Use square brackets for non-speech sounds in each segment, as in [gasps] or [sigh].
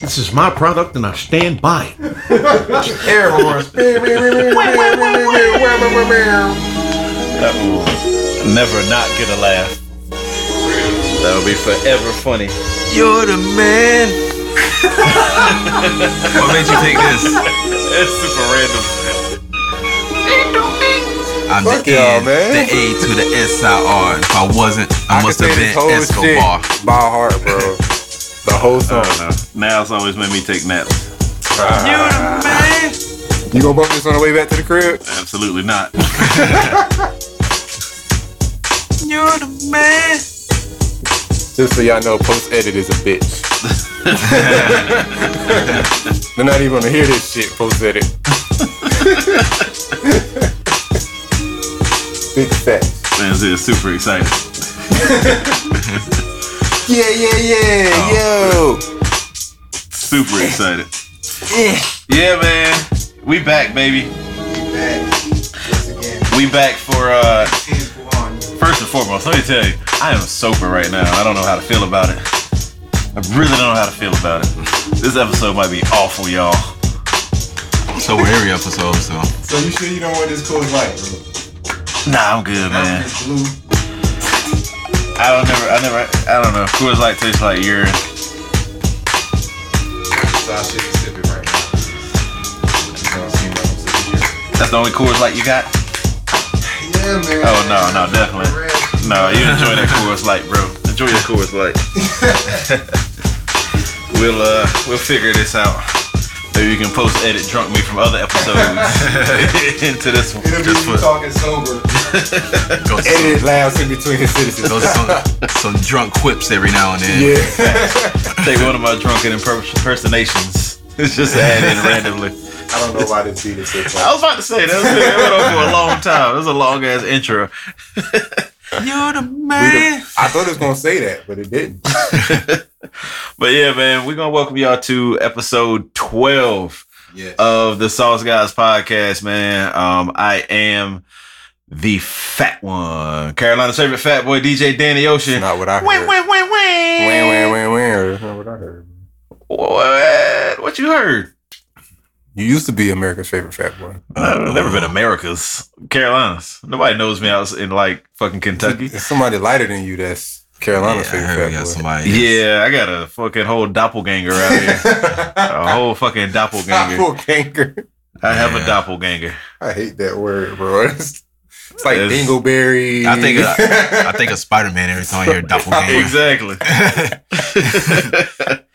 This is my product and I stand by it. Air [laughs] horns. That will never not get a laugh. That'll be forever funny. You're the man. what made you take this? It's super random. I'm Fuck the y'all, N, man. the A to the S I R. If I wasn't, I, must have been Escobar. Oh, shit by heart, bro. The whole I song. don't know. Now it's always made me take naps. You gonna bump this on the way back to the crib? Absolutely not. Just so y'all know, post edit is a [laughs] bitch. They're not even gonna hear this shit post edit. Big facts. Man's here super excited. Yeah, yeah, yeah, Oh. Super excited. yeah, man. We back, baby. We back for uh first and foremost, let me tell you, I am sober right now. I don't know how to feel about it. I really don't know how to feel about it. This episode might be awful, y'all. So we're every episode, so So you sure you don't want this cold light, bro? Nah, I'm good, man. That's blue. I don't never, I never, I don't know. Coors Light tastes like urine. So I should be sipping right now. You know what I'm saying? I'm That's the only Coors Light you got? sipping here. Yeah, man. Oh no, no, definitely. No, you enjoy that Coors Light, bro. Enjoy your Coors [laughs] Light. we'll uh, we'll figure this out. Maybe you can post edit drunk me from other episodes [laughs] into this one. It'll be Just you for- talking sober. go yeah. some, Edit laughs in between his citizens. go some, some drunk quips every now and then. [laughs] Yeah. [laughs] Take one of my drunken imper- impersonations. [laughs] It's just add in randomly. I don't know why this beat Oh. is so I fun. was about to say that was that went on for a long time. It was a long ass intro. You're the man. I thought it was gonna say that, but it didn't. But yeah, man, we're gonna welcome y'all to episode twelve Yeah. Uh, of the Sauce Guys podcast, man. Um, I am the fat one, Carolina's favorite fat boy, DJ Danny Ocean. Not what I heard. Win, win, win, Wah, wah, win. wah, wah. That's not what I heard. What? What you heard? You used to be America's favorite fat boy. I've never been America's, Carolina's. Nobody knows me. I was in like fucking Kentucky. It's somebody lighter than you that's Yeah, Carolina's I heard we favorite got fat boy. somebody. Yeah, I got a fucking whole doppelganger out here. [laughs] a whole fucking [laughs] doppelganger. Doppelganger. I have a Yeah. doppelganger. I hate that word, bro. [laughs] It's, it's like It's- dingleberry. I think, uh, [laughs] I think of Spider Man every time I hear Doppelganger. Exactly. [laughs]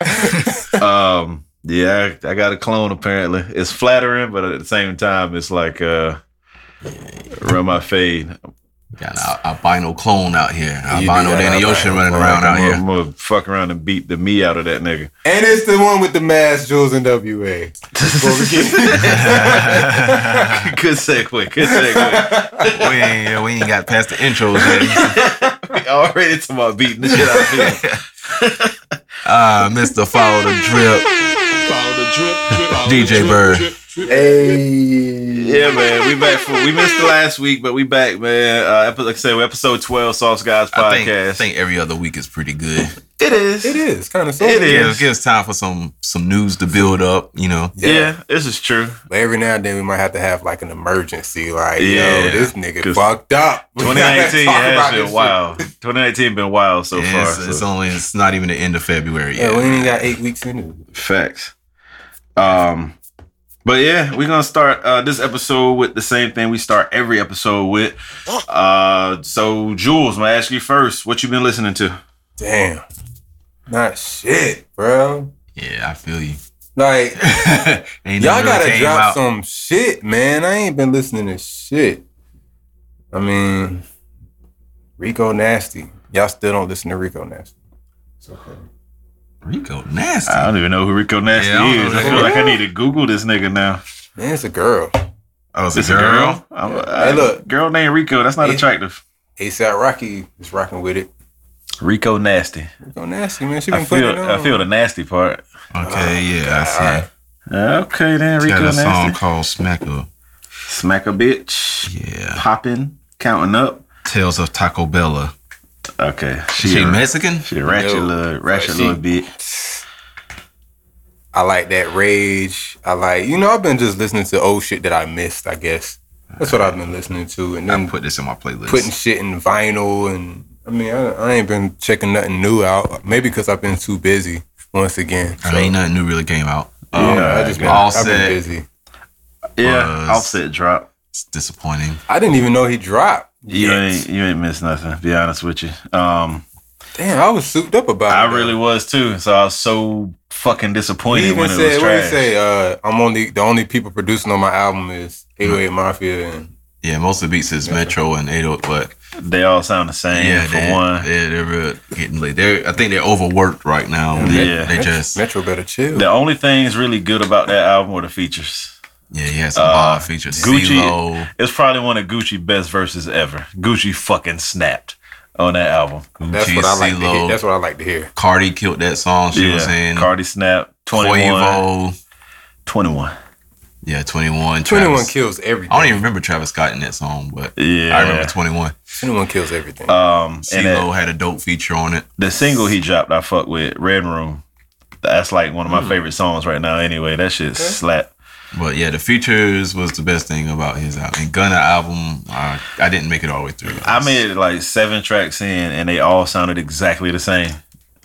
um yeah I, I got a clone apparently it's flattering but at the same time it's like uh run my fade got an albino clone out here. do Albino got Danny albino Ocean running clone. around out I'm, [laughs] here. gonna- I'm gonna fuck around and beat the me out of that nigga and it's the one with the mask, Jules and WA. [laughs] good segue good segue [laughs] we, ain't, we ain't got past the intros yet. we already talking about beating the shit out of people Uh, Mr. Follow the Drip. DJ Bird. hey. yeah man we back for we missed the last week but we back man uh epi- like I said we're episode 12 Sauce Guys podcast I think, I think every other week is pretty good. it is It is kind of so. It is. Yeah, it gives time for some some news to build up, you know. yeah. this is true But every now and then we might have to have like an emergency. Like, Yeah. yo, this nigga 'Cause fucked up. [laughs] We gotta 2019 talk about has this been shit. wild 2019 been wild so Yeah, far it's, so- it's only it's not even the end of February Yeah, yet. we ain't got eight weeks in it. Facts. Um, but yeah, we're gonna start uh, this episode with the same thing we start every [gasps] episode with. Uh, so Jules, I'm gonna ask you first, what you been listening to? Damn. Not shit, bro. yeah, I feel you. [laughs] Like, Ain't Y'all nothing really gotta came drop out. some shit, man. I ain't been listening to shit. I mean, Rico Nasty. Y'all still don't listen to Rico Nasty. It's okay. Rico nasty. I don't even know who Rico Nasty Yeah, I don't know is. who I that feel is. like I need to Google this nigga now. Man, it's a girl. I was It's a girl. I'm, Hey, look. girl named Rico. That's not Hey. attractive. ASAP Rocky is rocking with it. Rico Nasty. Rico Nasty, man. She been I putting feel. it on. I feel the nasty part. Okay, yeah, I see. God. Okay, then It's Uh, Rico got a Nasty. song called Smacker. Smack a bitch. Yeah. Popping. Counting up. Tales of Taco Bella. Okay. She, a- Mexican? She a ratchet No. little ratchet She- little bit. I like that rage. I like you know I've been just listening to old shit that I missed. I guess that's what I've been listening to, and I'm then put this in my playlist. putting shit in vinyl. And I mean I, I ain't been checking nothing new out. Maybe because I've been too busy once again. I ain't nothing new really came out. Yeah, Um, I just been, All I've been said. busy. Yeah, Buzz. offset drop. It's disappointing. I didn't even know he dropped. You yet. ain't you ain't missed nothing. to Be honest with you. Um, Damn, I was souped up about it. I though. really was too. So I was so fucking He disappointed even when it was said, "What he trash. say? Uh, I'm only the only people producing on my album is Mm. 808 Mafia and Yeah, most of the beats is Metro and 80, but They all sound the same yeah, for they, one. yeah, they're real getting late. They're, I think they're overworked right now. They, Yeah. they just Metro better chill." The only things really good about that album were the features. yeah, he has some Uh, odd features. Gucci- CeeLo, It's probably one of Gucci best verses ever. Gucci fucking snapped on that album. That's Gucci, what I like to hear. CeeLo. That's what I like to hear. Cardi killed that song. She was in Cardi snapped. 21. Quavo. 21. Yeah, 21 21. Travis. kills everything. I don't even remember Travis Scott in that song, but Yeah. I remember 21. 21 kills everything. Um, and that- CeeLo had a dope feature on it. the single he dropped, I fuck with Red Room. That's like one of my favorite songs right now. Anyway, that shit slap. But yeah, the features was the best thing about his album. And Gunna album, I, I didn't make it all the way through. I made it like seven tracks in, and they all sounded exactly the same.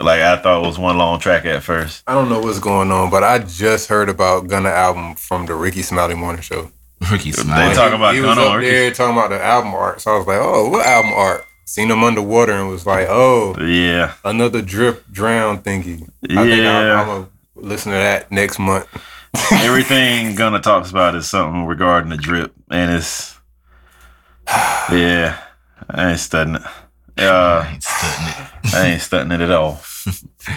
Like I thought it was one long track at first. I don't know what's going on, but I just heard about Gunna album from the Ricky Smiley Morning Show. Ricky They Smiley. talking about he was Gunna up or Ricky? there talking about the album art, so I was like, "Oh, what album art?" Seen him underwater and was like, "Oh, Yeah, another drip drown thingy." I think I'm, [laughs] Yeah. I'm gonna listen to that next month. everything Gunna talks about is something regarding the drip, and it's [sighs] yeah. I ain't studying it. Uh, Ain't studying it. I ain't studying it at [laughs] all.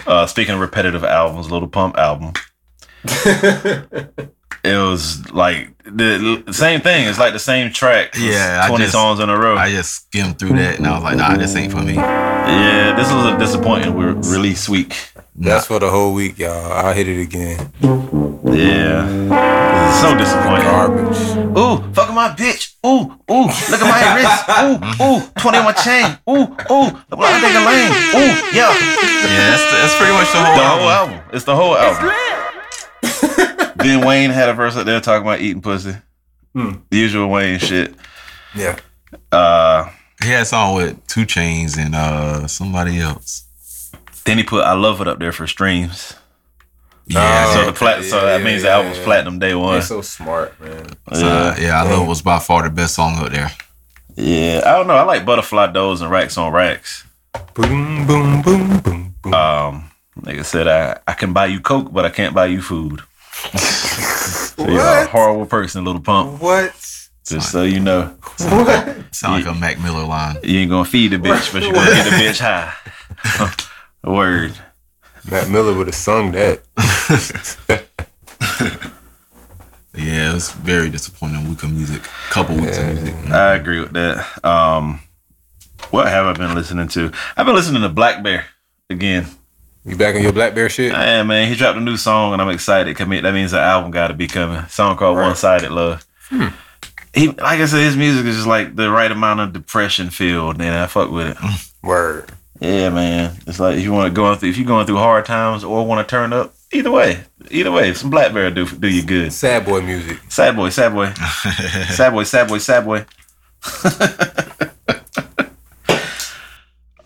Uh, speaking of repetitive albums, Little Pump album. [laughs] it was like the l- same thing. It's like the same track. It's Yeah, I twenty just- songs in a row. I just skimmed through that and I was like, nah, this ain't for me. yeah, this was a disappointing re- release week. That's for the whole week, y'all. I'll hit it again. Yeah, This is so disappointing. Garbage. Ooh, fucking my bitch. Ooh, ooh, look at my [laughs] wrist. Ooh, ooh, twenty on my chain. Ooh, ooh, I think a lane. Ooh, yeah, Yeah, that's, that's pretty much the whole the album. whole album. It's the whole album. [laughs] then Wayne had a verse up there talking about eating pussy. Hmm. The usual Wayne shit. Yeah. Uh, He had a song with Two Chains and uh somebody else. then he put "I Love It" up there for streams. Yeah, Oh, so so, the plat- so yeah, that yeah, means the yeah, album's yeah. platinum day one. You're so smart, man. uh, Yeah. yeah, I love was by far the best song out there. yeah, I don't know. I like butterfly does and racks on racks. Boom, boom, boom, boom, boom. Um, like I said, I, I can buy you coke, but I can't buy you food. [laughs] So you're a What? horrible person, little pump. what? Just so you know, What? Sound like a Mac Miller line. you ain't gonna feed the bitch, but you're gonna get the bitch high. [laughs] Word. Matt Miller would have sung that. Yeah, it was very disappointing week of music. Couple weeks of music. Mm. I agree with that. Um, what have I been listening to? I've been listening to Black Bear again. You back on your Black Bear shit? Yeah, man, he dropped a new song and I'm excited. Commit. That means the album got to be coming. Song called One Sided Love. He, like I said, his music is just like the right amount of depression filled, and I fuck with it. Word. Yeah, man, it's like if you want to go through, if you're going through hard times or want to turn up, either way, either way, some Blackberry do do you good. Sad boy music. Sad boy, [laughs] sad boy, sad boy, sad boy, sad boy.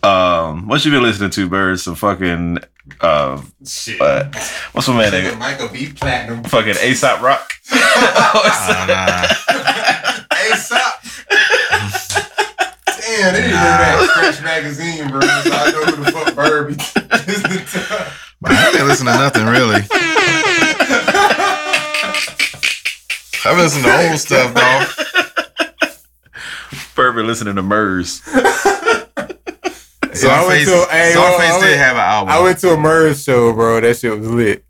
um, what you been listening to, Bird? Some fucking uh, Shit. uh what's my man? name? Michael B. Platinum. fucking ASAP Rock. [laughs] Uh, ASAP. Damn, they didn't that Fresh Magazine, bro. So I know who the fuck [laughs] Bird be- is the time. I didn't listen to nothing really. I've been listening to old stuff, dog. Fervor listening to Murs. So I went to- hey, well, I Scarface went- did have an album. I went to a Murs show, bro. That shit was lit.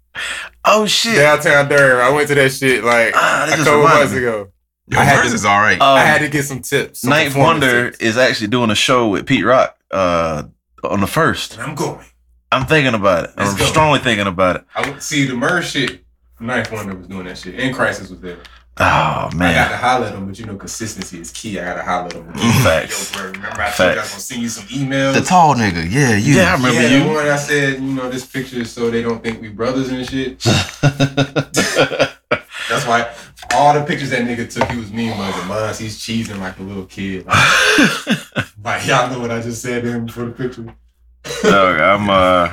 Oh shit! Downtown Durham. I went to that shit like Ah, that a just couple reminded months me. ago. Yo, I had hers to- is all right. Um, I had to get some tips. some Ninth Wonder performances. is actually doing a show with Pete Rock uh, on the first. I'm going. I'm thinking about it. I'm Let's go. strongly thinking about it. I would see the Murr shit. Knife Wonder was doing that shit, and Crisis was there. Oh I got man. to holler at them, but you know, consistency is key. I got to holler at them. [laughs] Facts. Yo, bro, remember I told you I was Facts. gonna send you some emails. The tall nigga. Yeah, you. Yeah, I remember yeah, the you. one I said, you know, this picture is so they don't think we brothers and [laughs] shit. That's why all the pictures that nigga took, he was mean mugging. Mine, he's cheesing like a little kid. Like, [laughs] like, [laughs] y'all know what I just said to him for the picture. Dog, I'm uh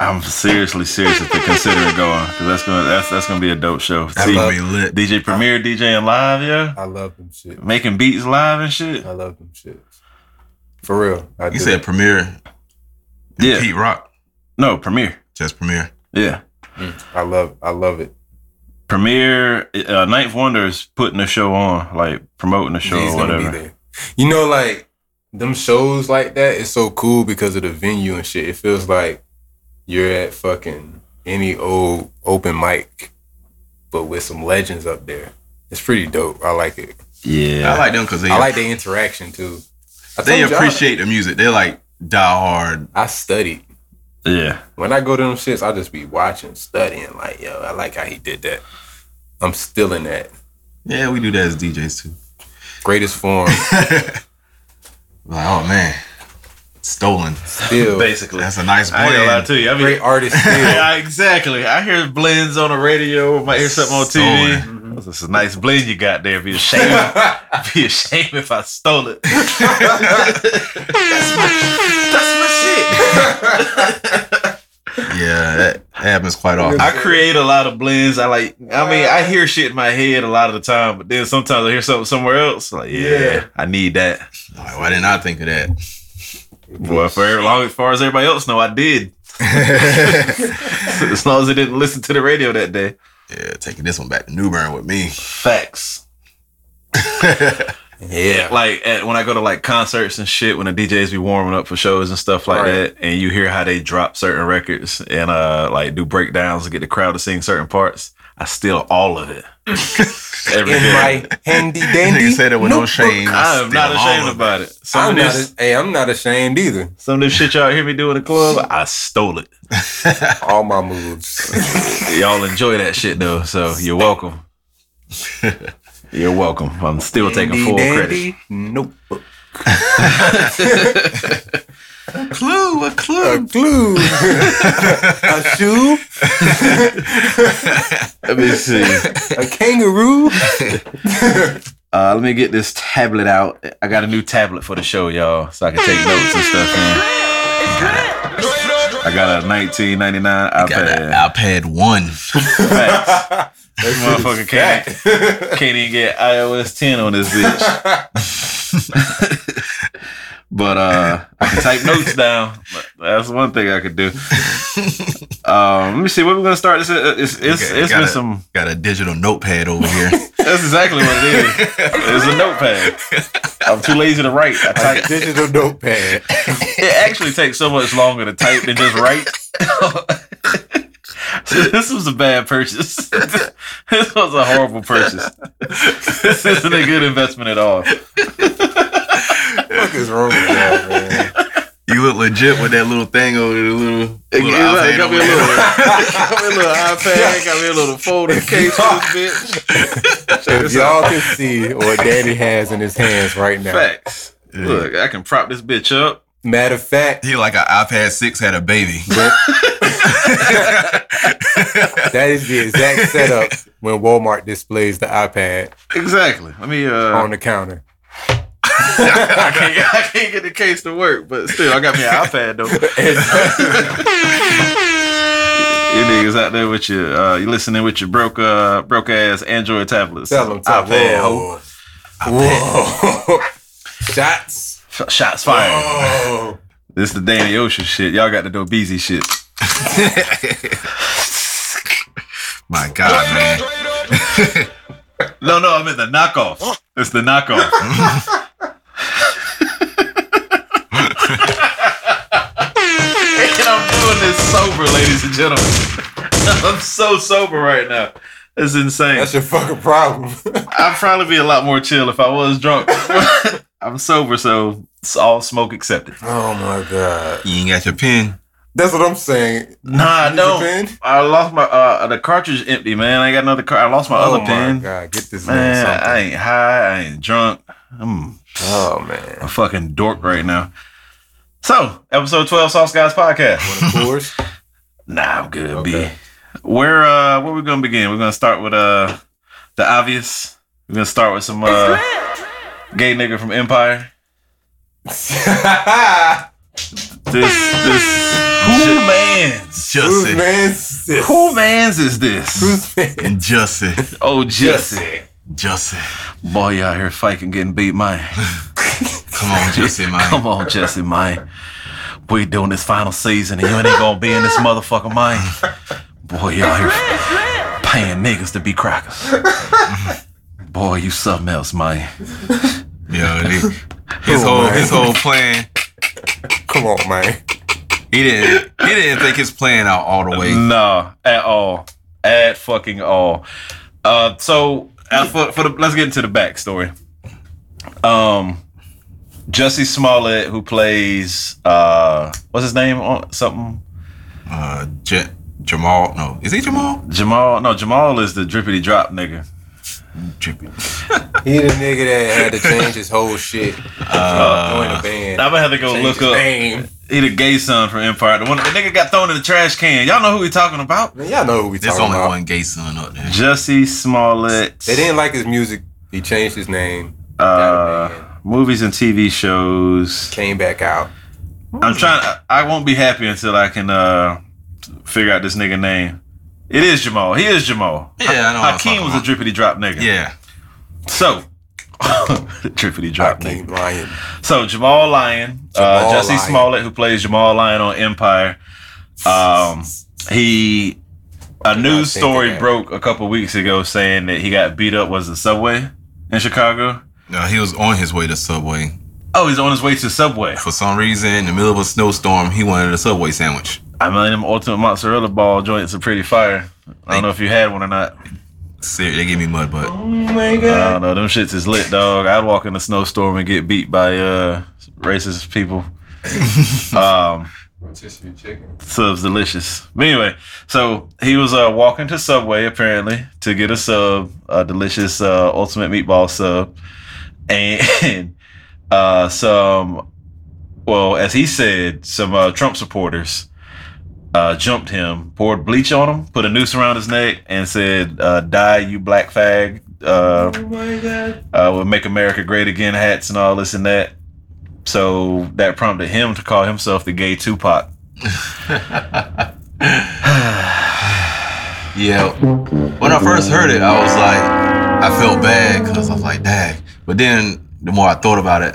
I'm seriously seriously considering going because that's gonna that's that's gonna be a dope show. That's See, gonna be lit. DJ Premier DJing live, yeah, I love them shit. making beats live and shit. I love them shit. For real. I You do. said premiere. Yeah. Pete Rock. No, Premier. Just premiere. Yeah, I love I love it. Premier uh, Ninth Wonder is putting the show on, like promoting the show He's or gonna be whatever. there. You know, like them shows like that is so cool because of the venue and shit. It feels like you're at fucking any old open mic, but with some legends up there. It's pretty dope. I like it. Yeah, I like them because they I like the interaction too. I they told y'all, appreciate the music. They're like die hard. I studied. yeah. When I go to them shits, I just be watching, studying. Like, yo, I like how he did that. I'm still in that Yeah, we do that as DJs too. greatest form. Like, oh man, stolen. Still Basically, That's a nice I ain't gonna lie blend. to you. I mean, great artist. Still. [laughs] yeah, exactly. I hear blends on the radio. My ear something on TV. That's just a nice blend you got there. Be [laughs] ashamed. be ashamed if I stole it. that's, my, that's my Yeah, that happens quite often. shit. I create a lot of blends. I like. I mean, I hear shit in my head a lot of the time, but then sometimes I hear something somewhere else. Like, yeah, Yeah. I need that. Like, why didn't I think of that? Well, for every- long as far as everybody else know, I did. as long as they didn't listen to the radio that day. Yeah, taking this one back to Newburn with me. Facts. Yeah. like at, when I go to like concerts and shit, when the DJs be warming up for shows and stuff like Right. that, and you hear how they drop certain records and uh like do breakdowns and get the crowd to sing certain parts, I steal all of it. [laughs] Every [laughs] In day. my handy dandy. Nigga said it with no shame. I am not Steal all ashamed of about it. Some I'm of not. this, hey, I'm not ashamed either. some of this shit y'all hear me do in the club, I stole it. All my [laughs] moves. Y'all enjoy that shit though, so you're welcome. [laughs] You're welcome. I'm still taking full credit. Notebook. it. Clue, a A clue. clue. [laughs] a shoe. Let me see. A kangaroo. Uh, let me get this tablet out. I got a new tablet for the show, y'all, so I can take notes and stuff. Man. I got a 1999 Got an iPad. iPad one. [laughs] Facts. That shit is Motherfucker can't, can't even get iOS 10 on this bitch. but uh, I can type notes down. That's one thing I could do. Um, let me see. What we're gonna start? This uh, it's it's, Okay, it's got been it. some. Got a digital notepad over here. That's exactly what it is. It's a notepad. I'm too lazy to write. I type a digital notepad. It actually takes so much longer to type than just write. [laughs] So this was a bad purchase. [laughs] this was a horrible purchase. this isn't a good investment at all. What is wrong with that, [laughs] man? you look legit with that little thing over the little, It, little iPad got, over me a little, there. got me a little iPad, got me a little folding case for this bitch. If y'all can see what Daddy has in his hands right now. Facts. Look, I can prop this bitch up. Matter of [laughs] fact, He like an iPad six had a baby. [laughs] that is the exact setup when Walmart displays the iPad Exactly. Let me uh on the [laughs] counter. I can't, I can't get the case to work, but still, I got me an iPad though. you niggas out there with your, uh, you listening with your broke, uh, broke ass Android tablets. Tell them top iPad. ho. Whoa. Whoa. [laughs] Shots. Sh- Shots fired. Oh. This the Danny Ocean shit. Y'all got the Dobeezy shit. My God, man. No, no, I meant the knockoff. It's [laughs] the knockoff. and I'm doing this sober, ladies and gentlemen. [laughs] I'm so sober right now. It's insane. That's your fucking problem. [laughs] I'd probably be a lot more chill if I was drunk. [laughs] I'm sober, so it's all smoke accepted. oh my god. You ain't got your pen. That's what I'm saying. Nah, Use a no. pen? I lost my uh the cartridge empty, man. I got another car. I lost my oh other my pen. god, get this man, Man, I something. ain't high. I ain't drunk. I'm Oh man. [laughs] a fucking dork right now. So, episode twelve, Sauce Guys podcast. Of [laughs] course. [laughs] Nah, I'm good. Okay. B. Where uh, where we gonna begin? We're gonna start with uh, the obvious. We're gonna start with some uh, gay nigga from Empire. This this cool man's Who's Jussie. man's cool man's is this? Who's man? Jussie. Oh, Jesse, Jussie. boy, you out here fighting, getting beat, man. Come on, [laughs] Jussie, man. Come on, Jesse, man. We doing this final season, and you ain't gonna be in this motherfucker, man. Boy, y'all here paying niggas to be crackers. Boy, you something else, man. Yo, the- his whole his whole plan. [laughs] Come on, man. He didn't he didn't think his plan out all the way. No, at all, at fucking all. Uh, so uh, for, for the, let's get into the backstory. Um, Jesse Smollett, who plays uh, what's his name on something Uh, J- Jamal, no, is he Jamal? Jamal? No, Jamal is the drippity drop nigga. Trippy. He the nigga that had to change his whole shit. Join the band. I'm gonna have to Uh, go change look his up. Name. He the gay son from Empire. The one the nigga got thrown in the trash can. Y'all know who we talking about? Man, y'all know who we There's talking only about. one gay son up there. Jesse Smollett. They didn't like his music. He changed his name. uh, Got a band. movies and TV shows. Came back out. I'm trying. I- I won't be happy until I can uh figure out this nigga name. It is Jamal. He is Jamal. Yeah, I know. what I'm Hakeem talking was a about. drippity drop nigga. Yeah, So. [laughs] drippity drop nigga. Keep lying. So Jamal Lyon, uh, Jamal Jesse Lyon. Smollett, who plays Jamal Lyon on Empire, um, he a I news think of story that? broke a couple weeks ago saying that he got beat up was the subway in Chicago. no, Uh, he was on his way to Subway Oh, he's on his way to Subway. for some reason. In the middle of a snowstorm, he wanted a Subway sandwich. I mean, them ultimate mozzarella ball joints are pretty fire. I don't know if you had one or not. Ser- they gave me mud, but [laughs] I don't know. Them shits is lit, dog. I'd walk in a snowstorm and get beat by uh, racist people. [laughs] Uh, um, Rotisserie chicken. subs delicious. But anyway, so he was uh, walking to Subway apparently to get a sub, a delicious uh, ultimate meatball sub, and [laughs] uh, some, well, as he said, some uh, Trump supporters uh, jumped him, poured bleach on him, put a noose around his neck, and said, uh, "Die, you black fag." Uh, oh my god! Uh, with "Make America Great Again" hats and all this and that. So that prompted him to call himself the gay Tupac. yeah. When I first heard it, I was like, I felt bad because I was like, dang. But then the more I thought about it,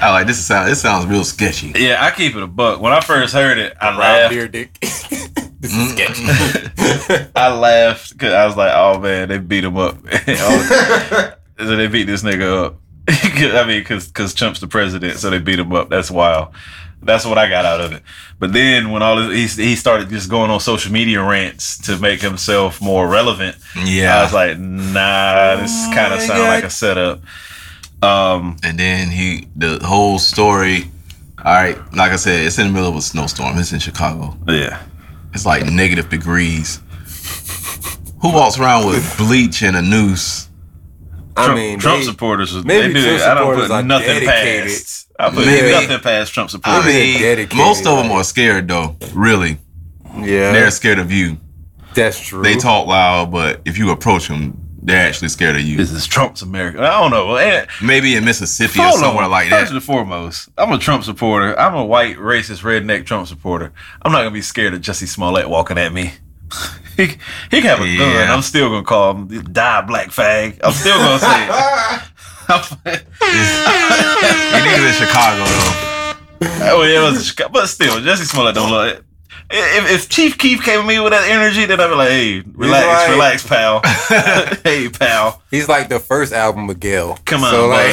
I like this sound. This sounds real sketchy. Yeah, I keep it a buck. When I first heard it, I Round laughed. beer dick. [laughs] [laughs] this Mm-hmm. is sketchy. I laughed because I was like, "Oh man, they beat him up." [laughs] so they beat this nigga up. [laughs] 'Cause- I mean, because because Trump's the president, so they beat him up. That's wild. That's what I got out of it. But then when all this, he he started just going on social media rants to make himself more relevant. [laughs] Yeah. I was like, "Nah, this kind of sounds like a setup." Um, and then he the whole story. All right, like I said, it's in the middle of a snowstorm. It's in Chicago. yeah. It's like negative degrees. Who walks around with bleach and a noose? I Trump, mean, Trump they- supporters. Was, maybe they do Trump it. I don't supporters are put nothing dedicated. past. I put Maybe. nothing past Trump supporters. I They're mean, dedicated, most of them like- are scared though. Really, yeah, they're scared of you. that's true. They talk loud, but if you approach them, they're actually scared of you. this is Trump's America. I don't know. And, Maybe in Mississippi or hold somewhere on. like First that. and foremost, I'm a Trump supporter. I'm a white racist redneck Trump supporter. I'm not gonna be scared of Jesse Smollett walking at me. [laughs] He, he can have a gun. Yeah. I'm still gonna call him "die black fag." I'm still gonna [laughs] say it. It is in Chicago though. oh yeah, it was a Chicago, but still, Jesse Smollett don't look. If, if Chief Keef came at me with that energy, then I'd be like, "Hey, relax, like- relax, pal. [laughs] [laughs] hey, pal." [laughs] He's like the first album Miguel. Come on, so like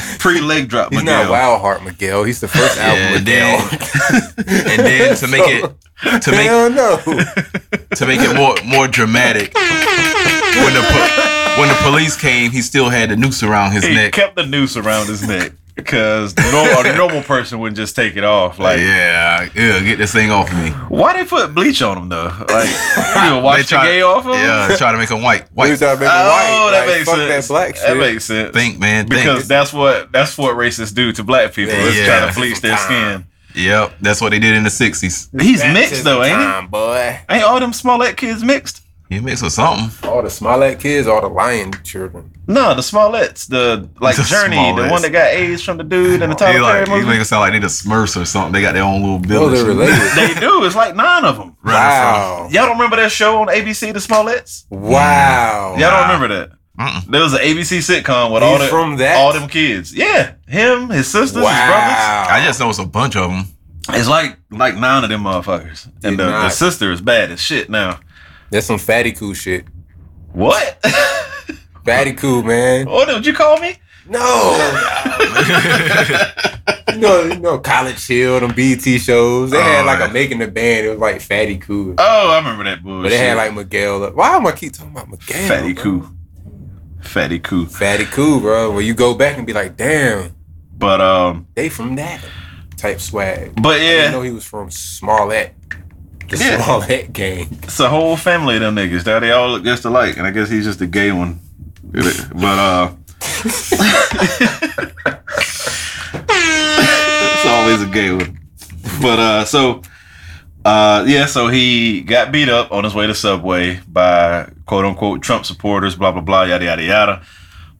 [laughs] he's Pre leg drop, not Miguel. Wild Heart Miguel. He's the [laughs] first album Yeah, Miguel. [laughs] then, and then to make it to make Hell [laughs] no. to make it more more dramatic. When the po- when the police came, he still had the noose around his He neck. kept the noose around his neck. because the normal, a normal person would just take it off. Like, Like, yeah, yeah, get this thing off me. why they put bleach on them though? Like, you [laughs] gonna wash try- the gay off of 'em? Yeah, [laughs] try to make them white. Why you White. trying to make it white? Oh, that Like, makes fuck sense. that black shit. That makes sense. Think, man. Think. because that's what that's what racists do to black people. Yeah, is yeah. try to bleach their skin. Yep, that's what they did in the '60s. He's mixed though, ain't he? he? Boy. Ain't all them small Smollett kids mixed? You mix with something. All the Smollett kids, all the lion children. No, the Smollett's, the like The Journey, the Smollett's. one that got AIDS from the dude in the Tyler They like, Perry you make movie. it sound like they the Smurfs or something. They got their own little village. Those are related. They do. It's like nine of them. wow. Y'all don't remember that show on ABC, The Smollett's? Wow. Oh, Y'all don't remember that? Mm-mm. There was an ABC sitcom with He all the, from that? all them kids. Yeah, him, his sisters, Wow. [laughs] I just know it's a bunch [laughs] of them. his brothers. It's like like nine of them motherfuckers, and Did the, the not. sister is bad as shit now. That's some fatty cool shit. What? [laughs] Fatty cool, man. what did you call me? No. [laughs] you know, you know, College Hill, them BT shows. They had like a making the band. It was like fatty cool. Oh, I remember that bullshit. But they had like Miguel. Why am I keep talking about Miguel? fatty bro? coup, fatty coup. Fatty cool, bro. Where you go back and be like, damn, But um, they from that type swag. but I didn't know yeah, he was from Smollett. The Yeah. Smollett gang. it's a whole family of them niggas. That they all look just alike, and I guess he's just a gay one. But uh, [laughs] it's always a gay one. But uh, so. Uh, yeah, so he got beat up on his way to Subway by quote unquote Trump supporters, blah, blah, blah, yada, yada, yada.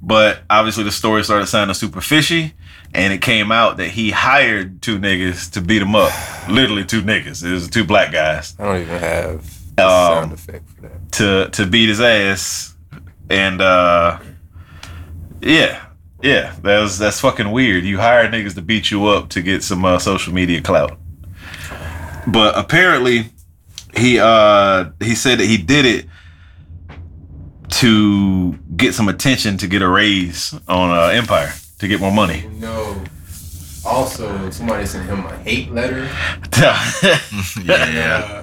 But obviously, the story started sounding super fishy, and it came out that he hired two niggas to beat him up. Literally, two niggas. It was two black guys I don't even have a Um, sound effect for that. to to beat his ass, and uh, yeah, yeah, that was that's fucking weird. You hire niggas to beat you up to get some uh, social media clout, but apparently he uh he said that he did it to get some attention to get a raise on uh, Empire to get more money. [laughs] No. Also, somebody sent him a hate letter. Uh, yeah,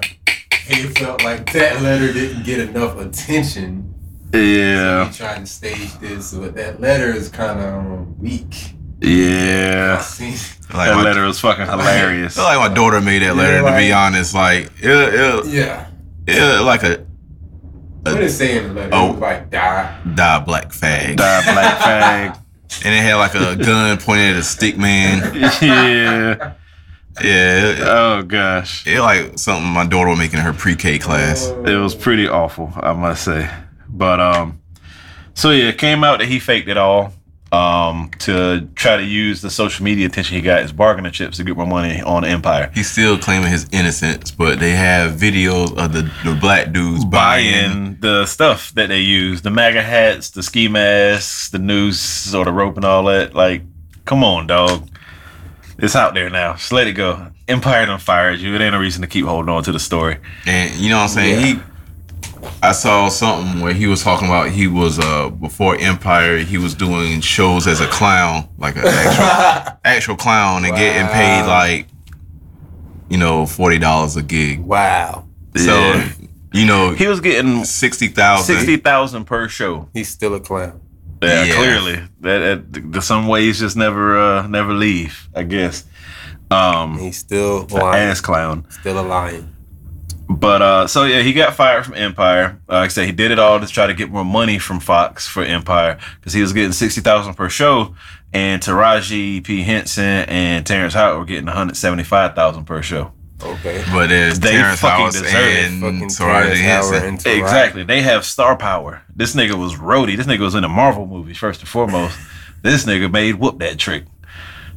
he felt like that letter didn't get enough attention. yeah, He tried to stage this, but that letter is kind of um, weak. yeah. See, [laughs] like That my, letter was fucking hilarious. feel like my daughter made that letter. to be like- honest, like it, it, yeah. it like a Uh, What did it say in the letter? Oh. It was like, die. [laughs] die black fag, Die black fag. and it had like a gun pointed at a stick man. [laughs] yeah. Yeah, it, Oh gosh. it like something my daughter was making in her pre-K class. Uh, It was pretty awful, I must say. But um so yeah, it came out that he faked it all um to try to use the social media attention he got as bargaining chips to get more money on Empire. He's still claiming his innocence, but they have videos of the, the black dudes buying. Buying the stuff that they use, the MAGA hats, the ski masks, the noose or the rope and all that. Like, come on, dog. It's out there now. Just let it go. Empire done fired you. It ain't a reason to keep holding on to the story. And you know what I'm saying? Yeah. He I saw something where he was talking about he was uh before Empire, he was doing shows as a clown, like an [laughs] actual actual clown and getting paid Wow. like you know, forty dollars a gig. Wow. Yeah. So you know He was getting sixty thousand sixty thousand per show. He's still a clown. Yeah, Yeah. clearly that, that the, some ways just never uh never leave. I guess. Um, He's still the lying. ass clown. Still a lion. But uh, so yeah, he got fired from Empire. Uh, like I said, he did it all to try to get more money from Fox for Empire because he was getting sixty thousand per show, and Taraji P Henson and Terrence Howard were getting one hundred seventy five thousand per show. Okay. but there's They Terrence fucking Howard deserve it. and Fucking Taraji Terrence Howard Henson. and Taraji. Exactly. They have star power. This nigga was roadie. This nigga was in the Marvel movies first and [laughs] foremost. this nigga made whoop that trick.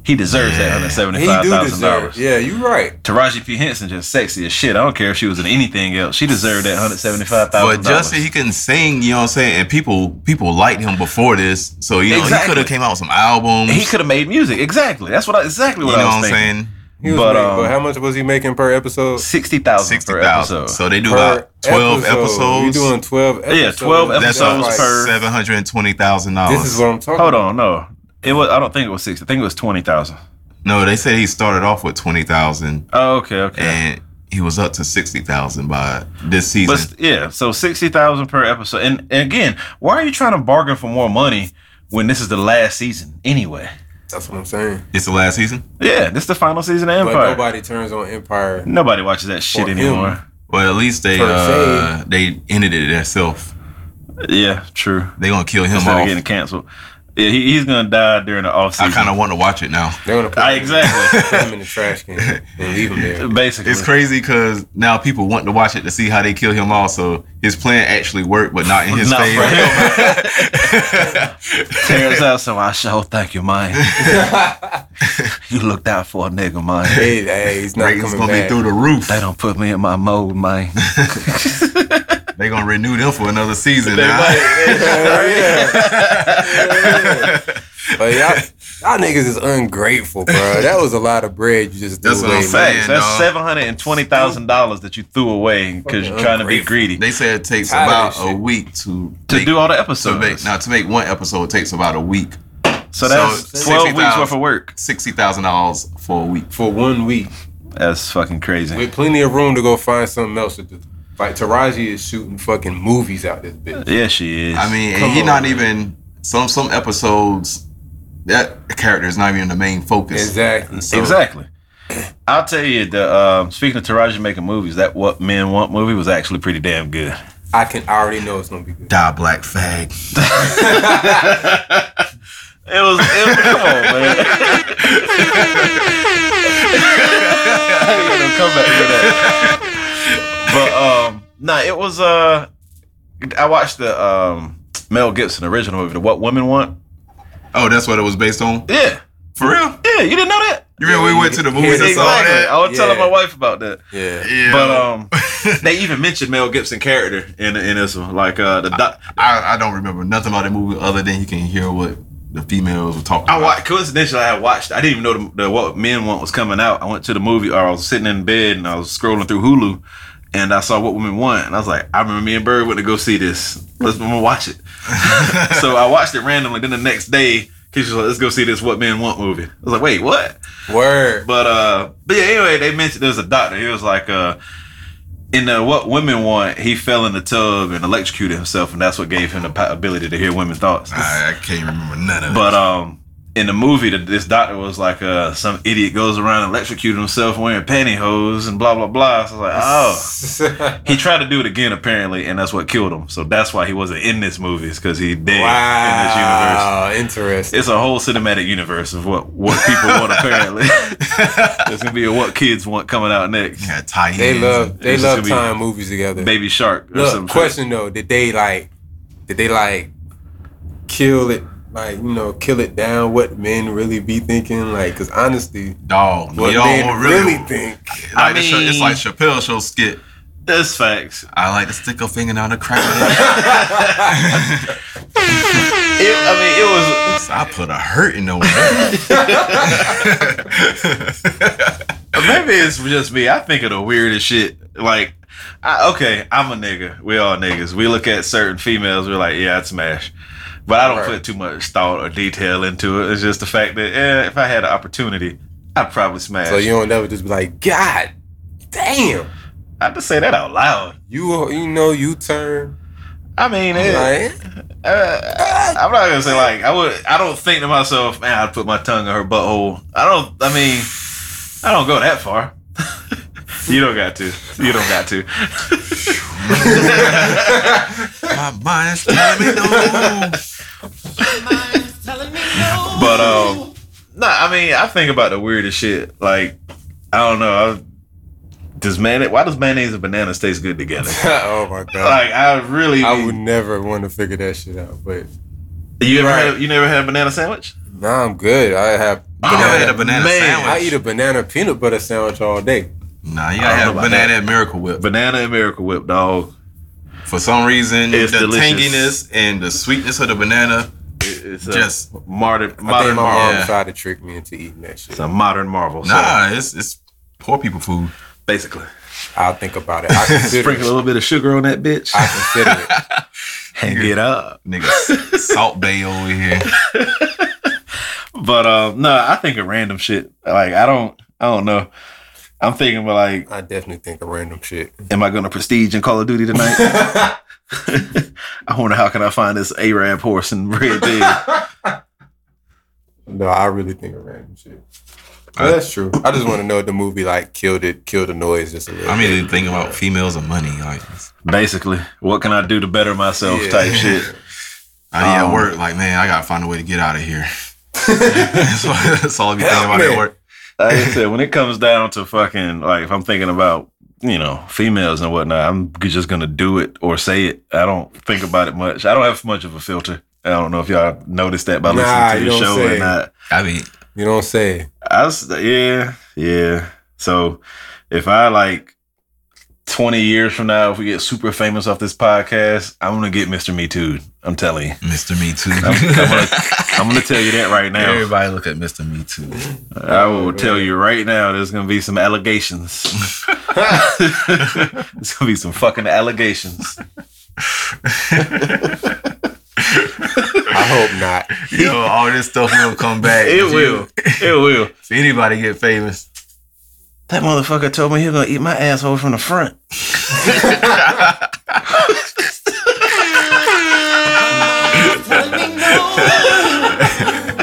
He deserves that Yeah. hundred He seventy five do thousand deserve. dollars. Yeah, you right. Taraji P. Henson just sexy as shit. I don't care if she was in anything else. She deserved that hundred seventy five But thousand just dollars. that he can sing, you know what I'm saying? And people people liked him before this. So you know he Exactly. could have came out with some albums. He could have made music. Exactly. That's what I, exactly you what know I was what I'm thinking. saying? He was But, making, um, but how much was he making per episode? Sixty thousand sixty per episode. thousand. So they do per about twelve episode. episodes. We doing twelve. episodes. Yeah, 12 That's episodes like- per- seven hundred and twenty thousand dollars. This is what I'm talking. Hold on, no, it was. I don't think it was sixty. I think it was twenty thousand. no, they said he started off with twenty thousand Oh, okay, okay. and he was up to sixty thousand by this season. but st- yeah, so sixty thousand per episode. And, and again, why are you trying to bargain for more money when this is the last season anyway? That's what I'm saying. It's the last season. Yeah, this is the final season of But Empire. Nobody, nobody turns on Empire. watches that shit him. anymore. Well, at least they Per uh, they ended it themselves. Yeah, true. They gonna kill him Instead of off. getting canceled, yeah, he, he's gonna die during the off I season. kind of want to watch it now. They're gonna put I- him, exactly. put him in the trash can and leave him [laughs] there. Basically, It's crazy because now people want to watch it to see how they kill him. Also, his plan actually worked, [laughs] but not in his Not for favor. [laughs] Tears out, so I sure thank you, man. you looked out for a nigga, [laughs] man. Hey, hey, he's not Ratings coming gonna back. be through the roof. They don't put me in my mode, [laughs] man. They gonna renew them for another season. They now. Hell yeah. But y'all, y'all niggas is ungrateful, bro. That was a lot of bread you just threw That's what away, I'm man. saying. Facts. dawg. That's seven hundred and twenty thousand dollars that you threw away because you're trying to be Ungrateful. greedy. They said it takes Tired of about this a shit. week to to make- do all the to make episodes, now to make one episode it takes about a week. so that's so twelve weeks 60,000. worth of work. Sixty thousand dollars for a week. For one week. That's fucking crazy. With plenty of room to go find something else to do. Like Taraji is shooting fucking movies out this bitch. yeah, she is. I mean, Come and he on, not man. even some some episodes that character is not even the main focus. Exactly. So, exactly. I'll tell you, the um, speaking of Taraji making movies, that What Men Want movie was actually pretty damn good. I can I already know it's gonna be good. Die black fag. It was, it was come on, man. You know, [laughs] come back to that. But um, nah, it was uh, I watched the um Mel Gibson original movie, the What Women Want. Oh, that's what it was based on. Yeah, For real? yeah, you didn't know that? You remember we went to the movies and saw Exactly. that? I was telling Yeah. my wife about that. Yeah. Yeah. But um, [laughs] they even mentioned Mel Gibson character in in this one, like uh the doc- I, I don't remember nothing about the movie other than you can hear what the females were talking I about. watched, coincidentally, I had watched. I didn't even know the, the what Men Want was coming out. I went to the movie, or I was sitting in bed and I was scrolling through Hulu, and I saw What Women Want, and I was like, I remember me and Bird went to go see this. Let's I'm gonna watch it. [laughs] so I watched it randomly. Then the next day, Keisha was like, Let's go see this What Men Want movie. I was like, Wait, what? Word. But uh, but yeah. Anyway, they mentioned there was a doctor. He was like uh. In the what women want, he fell in the tub and electrocuted himself, and that's what gave him the po- ability to hear women's thoughts. I, I can't remember none of it. But um, in the movie, the, this doctor was like, uh, some idiot goes around electrocuting himself wearing pantyhose and blah blah blah. So I was like, oh, [laughs] he tried to do it again apparently, and that's what killed him. So that's why he wasn't in this movie because he dead in this universe. wow. Interesting. It's a whole cinematic universe of what what people want apparently. [laughs] There's gonna be a what kids want coming out next. yeah, tie They ins. love they It's just love gonna be- tying movies together. Baby Shark or Look, some question though, did they like did they like kill it like you know kill it down what men really be thinking like cuz honestly dog. what you don't men really, really, think [laughs] like I mean, mean- it's like Chappelle show skit. Shit. That's facts. I like to stick a finger down [laughs] the crack. It, I mean, it was I put a hurt in the way. [laughs] Maybe it's just me. I think of the weirdest shit. Like, I, okay, I'm a nigga. We all niggas. We look at certain females. We're like, yeah, I'd smash. But I don't Right. put too much thought or detail into it. It's just the fact that eh, if I had an opportunity, I'd probably smash. so you don't never just be like god damn I just say that out loud. you you know you turn I mean, it, like [laughs] uh, I'm not gonna say like I would. I don't think to myself, man, I'd put my tongue in her butthole. I don't. I mean, I don't go that far. [laughs] you don't got to. You don't got to. [laughs] My mind's telling me no. But um, nah. I mean, I think about the weirdest shit. Like, I don't know. I, does mayonnaise? Why does mayonnaise and bananas taste good together? oh my god like, I really. I would never want to figure that shit out but you ever Right. had, you never had a banana sandwich? nah I'm good I have You never had a banana- banana Man, sandwich. I eat a banana peanut butter sandwich all day Nah, you I don't gotta have know about banana that. and Miracle Whip. But Banana and Miracle Whip, dog. for some reason, It's the delicious. tanginess and the sweetness of the banana. It- It's a Just- modern I think modern my marvel. mom yeah. tried to trick me into eating that shit It's a modern marvel. so, Nah, it's it's poor people food. basically, I'll think about it I consider sprinkle a it little bit of sugar on that bitch I consider it [laughs] and get up. Niggas, salt bay over here. But um, no, I think of random shit. Like, I don't, I don't know. I'm thinking about like I definitely think of random shit. Am I going to prestige in Call of Duty tonight? [laughs] [laughs] I wonder how can I find this Arab horse and red thing. No, I really think of random shit. But that's true. I just want to know if the movie like killed it, killed the noise just a little. I bit. mean, think about females and money. Like, Basically, what can I do to better myself? Yeah. Type shit. I need Um, at work. Like, man, I gotta find a way to get out [laughs] of here. that's, all- that's all I be thinking Help about at me. work. Like I said, when it comes down to fucking like, if I'm thinking about you know females and whatnot, I'm just gonna do it or say it. I don't think about it much. I don't have much of a filter. I don't know if y'all noticed that by Nah, you listening to the don't show say. or not. I mean, you don't say. I was, yeah, yeah. So if I like 20 years from now, if we get super famous off this podcast, I'm gonna get Mr. Me Too. I'm telling you. Mr. Me Too. I'm, I'm [laughs] gonna, I'm gonna tell you that right now. Everybody look at Mr. Me Too. I will tell you right now. There's gonna be some allegations. there's gonna be some fucking allegations. I hope not. Yo, all this stuff will come back. It If you- will. It will. If anybody [laughs] get famous, That motherfucker told me he was gonna eat my asshole from the front.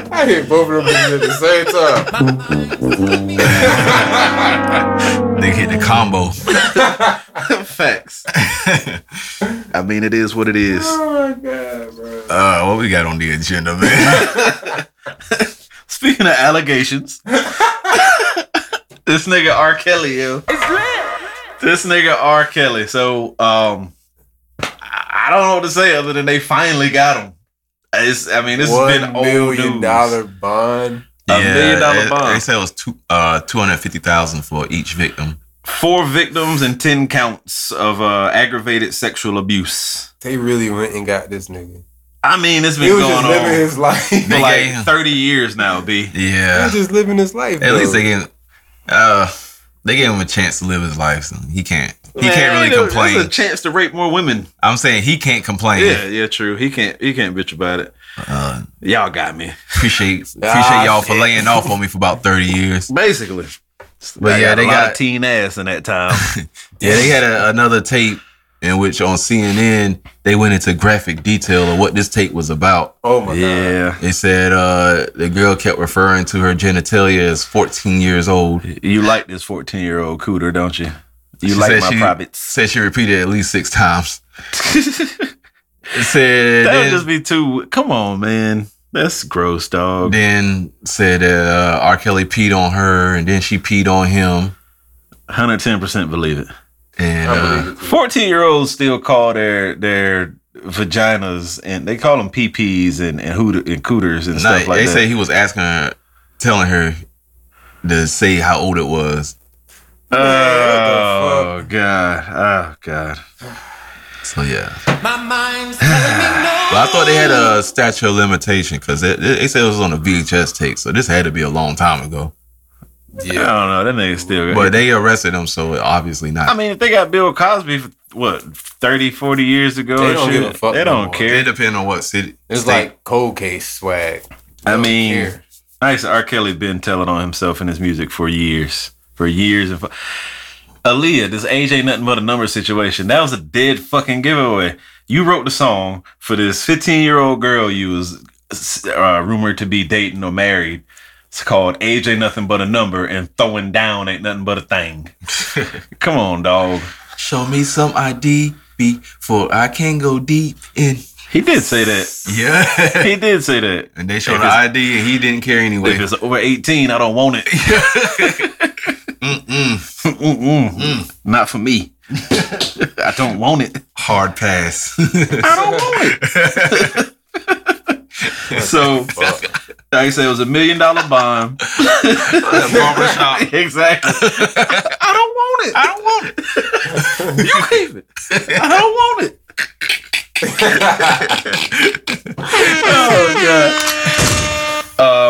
I hit both of them at the same time. [laughs] they hit the combo. Facts. [laughs] I mean, it is what it is. Oh my god, bro. Uh, what we got on the agenda, man? Speaking [laughs] of allegations, this nigga R. Kelly, yo. This nigga R. Kelly. So, um, I I don't know what to say other than they finally got him. It's, I mean, this has been One old million news. dollar bond. A million dollar it- bond. They said it was two uh two hundred fifty thousand for each victim. Four victims and ten counts of uh, aggravated sexual abuse. They really went and got this nigga. I mean, it's been He was going just living on his life. [laughs] He for They like gave him- thirty years now. B. Yeah, was just living his life. at least bro. they get uh they gave him a chance to live his life, so he can't he Man, can't really there's complain. a chance to rape more women. I'm saying he can't complain. Yeah, yeah, true. He can't. He can't bitch about it. Uh, Y'all got me. appreciate [laughs] appreciate Ah, y'all for shit. laying off on me for about thirty years. Basically. But yeah, they a lot of got- teen ass in that [laughs] time. [laughs] Yeah, they had a, another tape in which on CNN they went into graphic detail of what this tape was about. Oh my god. yeah. They said uh, the girl kept referring to her genitalia as 14 years old. You like this 14 year old cooter, don't you? You She like said my she- privates. [laughs] Said she repeated it at least six times. It [laughs] said that would then, just be too. Come on, man. That's gross, dog. then said uh, R. Kelly peed on her, and then she peed on him. 110% believe it. And I uh, believe it. 14 year olds still call their their vaginas and they call them PPs and and, hoot- and cooters and nah, stuff like they that. say he was asking her, telling her to say how old it was. Man, oh, God. Oh, God. So yeah. Well, I thought they had a statute of limitation because they, they said it was on a VHS tape, so this had to be a long time ago. Yeah. I don't know. That nigga still. But they arrested him, so obviously not. I mean, if they got Bill Cosby, for, what, 30, 40 years ago, They and don't shit, give a fuck they no don't more. care. It depends on what city. It's state. like cold case swag. I Don't mean, care. I used to R. Kelly been telling on himself in his music for years, for years. And fu- Aaliyah, this age ain't nothing but a number situation. That was a dead fucking giveaway. You wrote the song for this 15 year old girl you was uh, rumored to be dating or married. It's called "Age Ain't Nothing But a Number" and "Throwing Down Ain't Nothing But [laughs] a Thing." Come on, dog. show me some ID before I can go deep in. He did say that. Yeah. He did say that. and they showed If the it's- ID, and he didn't care anyway. If it's over 18, I don't want it. Mm-mm. [laughs] Mm-mm. Not for [laughs] me. I don't want it. Hard pass. I [laughs] don't want [laughs] it. so, like I said, it was a million dollar bond. [laughs] Barbershop. exactly. I don't want it. I don't want it. [laughs] you keep it. I don't want it. oh god.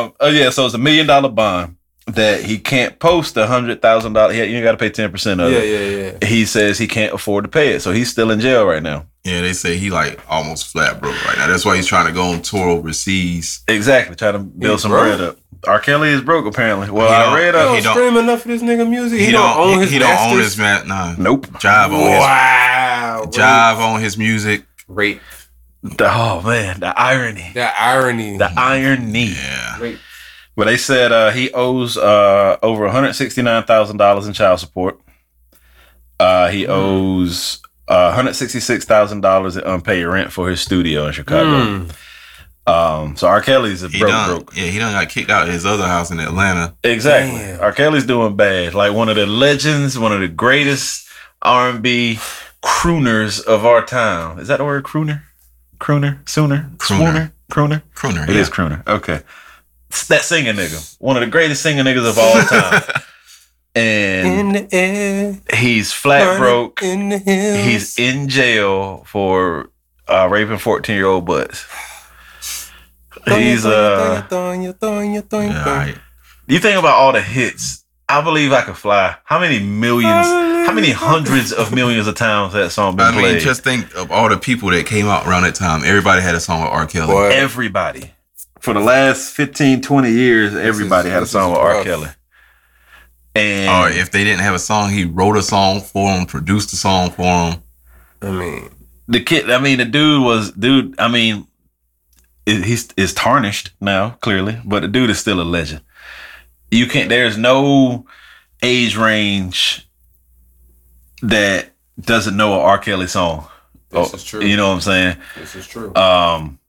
Um. Oh yeah. So it's a million dollar bond that he can't post a hundred thousand dollars. You got to pay ten percent of Yeah, it. yeah, yeah. uh, He says he can't afford to pay it, so he's still in jail right now. Yeah, they say he like almost flat broke right now. That's why he's trying to go on tour overseas. Exactly. Trying to build He's some broke? bread up. R. Kelly is broke apparently. Well, He I don't- read He uh, up. don't, he don't- stream enough of this nigga music. He, He, don't, own his he don't own masters? his man. Nah, Nope. Jive on Wow. his Jive on his music. Rape. The- oh man, the irony. The irony. The irony. Yeah. Rape. Well, they said uh, he owes uh, over one hundred sixty nine thousand dollars in child support. Uh, Hmm. he owes uh, one hundred sixty six thousand dollars in unpaid rent for his studio in Chicago. Mm. Um, so R. Kelly's a Hmm. He broke, done, broke. Yeah, he done got kicked out of his other house in Atlanta. Exactly. Damn. R. Kelly's doing bad. Like one of the legends, one of the greatest R and B crooners of our time. Is that the word crooner? Crooner? Sooner? Swooner? Crooner. Crooner? Crooner. It yeah. is crooner. Okay. It's that singing nigga. One of the greatest singing niggas of all [laughs] time. and In the air, he's flat burning broke. In the hills. He's in jail for uh, raping 14 year old butts. He's uh Yeah, all right. you think about all the hits. I believe I could fly. How many millions, how many hundreds of millions of times that song been I mean, played? just think of all the people that came out around that time. Everybody had a song with R. Kelly. Boy, everybody. uh, For the last 15, 20 years, everybody had a this is song with R. rough. Oh, Kelly. And Or if they didn't have a song, he wrote a song for him, produced a song for him. I mean, the kid i mean the dude was dude i mean it, he's is tarnished now clearly but the dude is still a legend you can't there's no age range that doesn't know an r kelly song This is true. Oh, you know what i'm saying this is true. um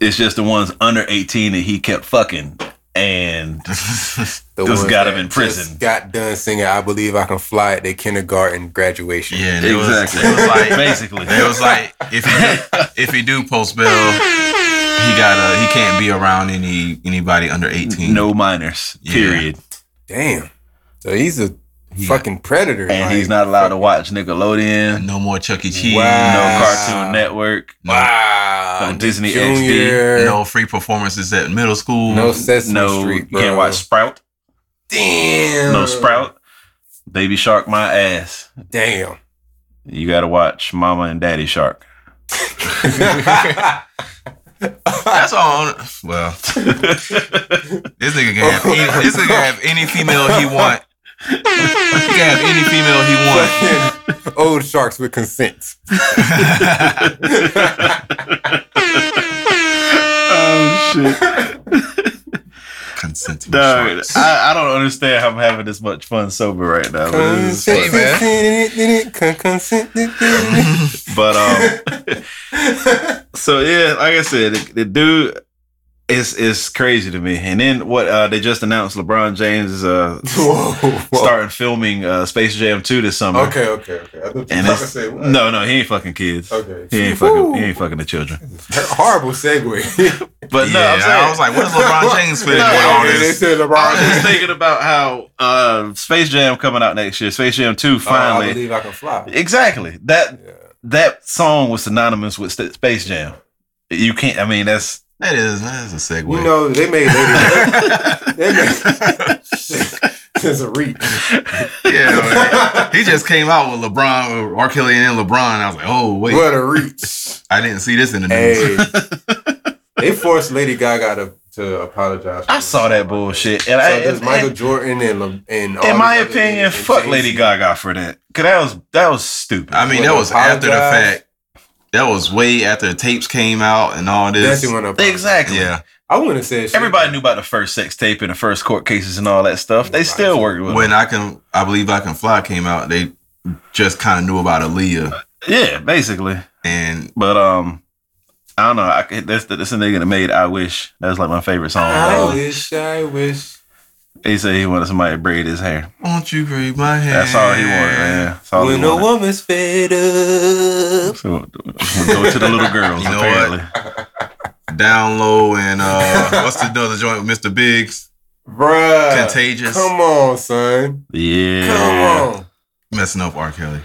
it's just the ones under 18 that he kept fucking and The those ones got that him in just prison. Got done singing "I Believe I Can Fly" at their kindergarten graduation. [laughs] Yeah, and it was- it was like basically It was like if he do, if he do post bail, he got uh, to he can't be around any anybody under eighteen. no minors Yeah. period Damn. So he's a He got- fucking predator, and like, he's not allowed to watch nickelodeon no more Chuck E. Cheese, no Wow. Cartoon Network, Wow. On Disney no, Junior, no free performances at middle school. No Sesame no Street, you bro. can't watch Sprout, Damn. no Sprout, Baby Shark, my ass. [laughs] Damn. [laughs] You gotta watch Mama and Daddy Shark. That's all. on- Well, [laughs] this nigga can have any, this nigga can have any female he want. He can have any female he want. Fucking Old sharks with consent. Oh shit, Consenting. [laughs] Dude, sharks. I, I don't understand how I'm having this much fun sober right now. But, this is- Consent, consent, consent, consent, consent. but um, [laughs] so yeah, like I said, the, the dude. is is crazy to me. And then what uh, they just announced LeBron James is uh [laughs] Whoa, whoa. starting filming uh, Space Jam 2 this summer. Okay, okay, okay. I thought you And were it's, say, what? no, no, he ain't fucking kids. Okay. He ain't fucking. He ain't fucking the children. [laughs] Horrible [laughs] segue. But no, yeah, I'm saying, I was like, what is LeBron [laughs] James fit in No, with all it they this? said I was just LeBron. thinking about how uh, Space Jam coming out next year. Space Jam Two Oh, I finally. believe I can fly. exactly that Yeah. that song was synonymous with St- Space Jam. You can't. I mean, that's That is that is a segue. You know, they made Lady [laughs] They made [laughs] It's a reach. Yeah, like, he just came out with LeBron, with R. Kelly, and then LeBron. I was like, oh wait, What a reach. I didn't see this in the news. [laughs] Hey. they forced Lady Gaga to, to apologize. I saw that bullshit. And, So I, does and, Michael and- Jordan and Le- and Oh, all in my the other opinion, niggas and fuck Jay-Z. Lady Gaga for that. Cause that was that was stupid. I mean, that Well, was after the apologize. fact. That was way after the tapes came out and all this. Definitely wanna apologize. exactly. Yeah. I wouldn't have said shit. Everybody knew about the first sex tape and the first court cases and all that stuff. They still worked with. When it. I can, I believe I can fly came out. They just kind of knew about Aaliyah, Yeah, basically. and But um, I don't know. I, could- that's that's a nigga that made "I Wish." That's like my favorite song. Oh, I wish, I wish. He said he wanted somebody to braid his hair. won't you braid my hair? That's all he wanted, man. That's all When he a wanted. woman's fed up. So we'll go to the little girls. You know what? apparently, Down low and uh, [laughs] what's the other joint with Mr. Biggs? Uh, Bruh. Contagious, Come on, son. yeah. Come on. messing up R. Kelly.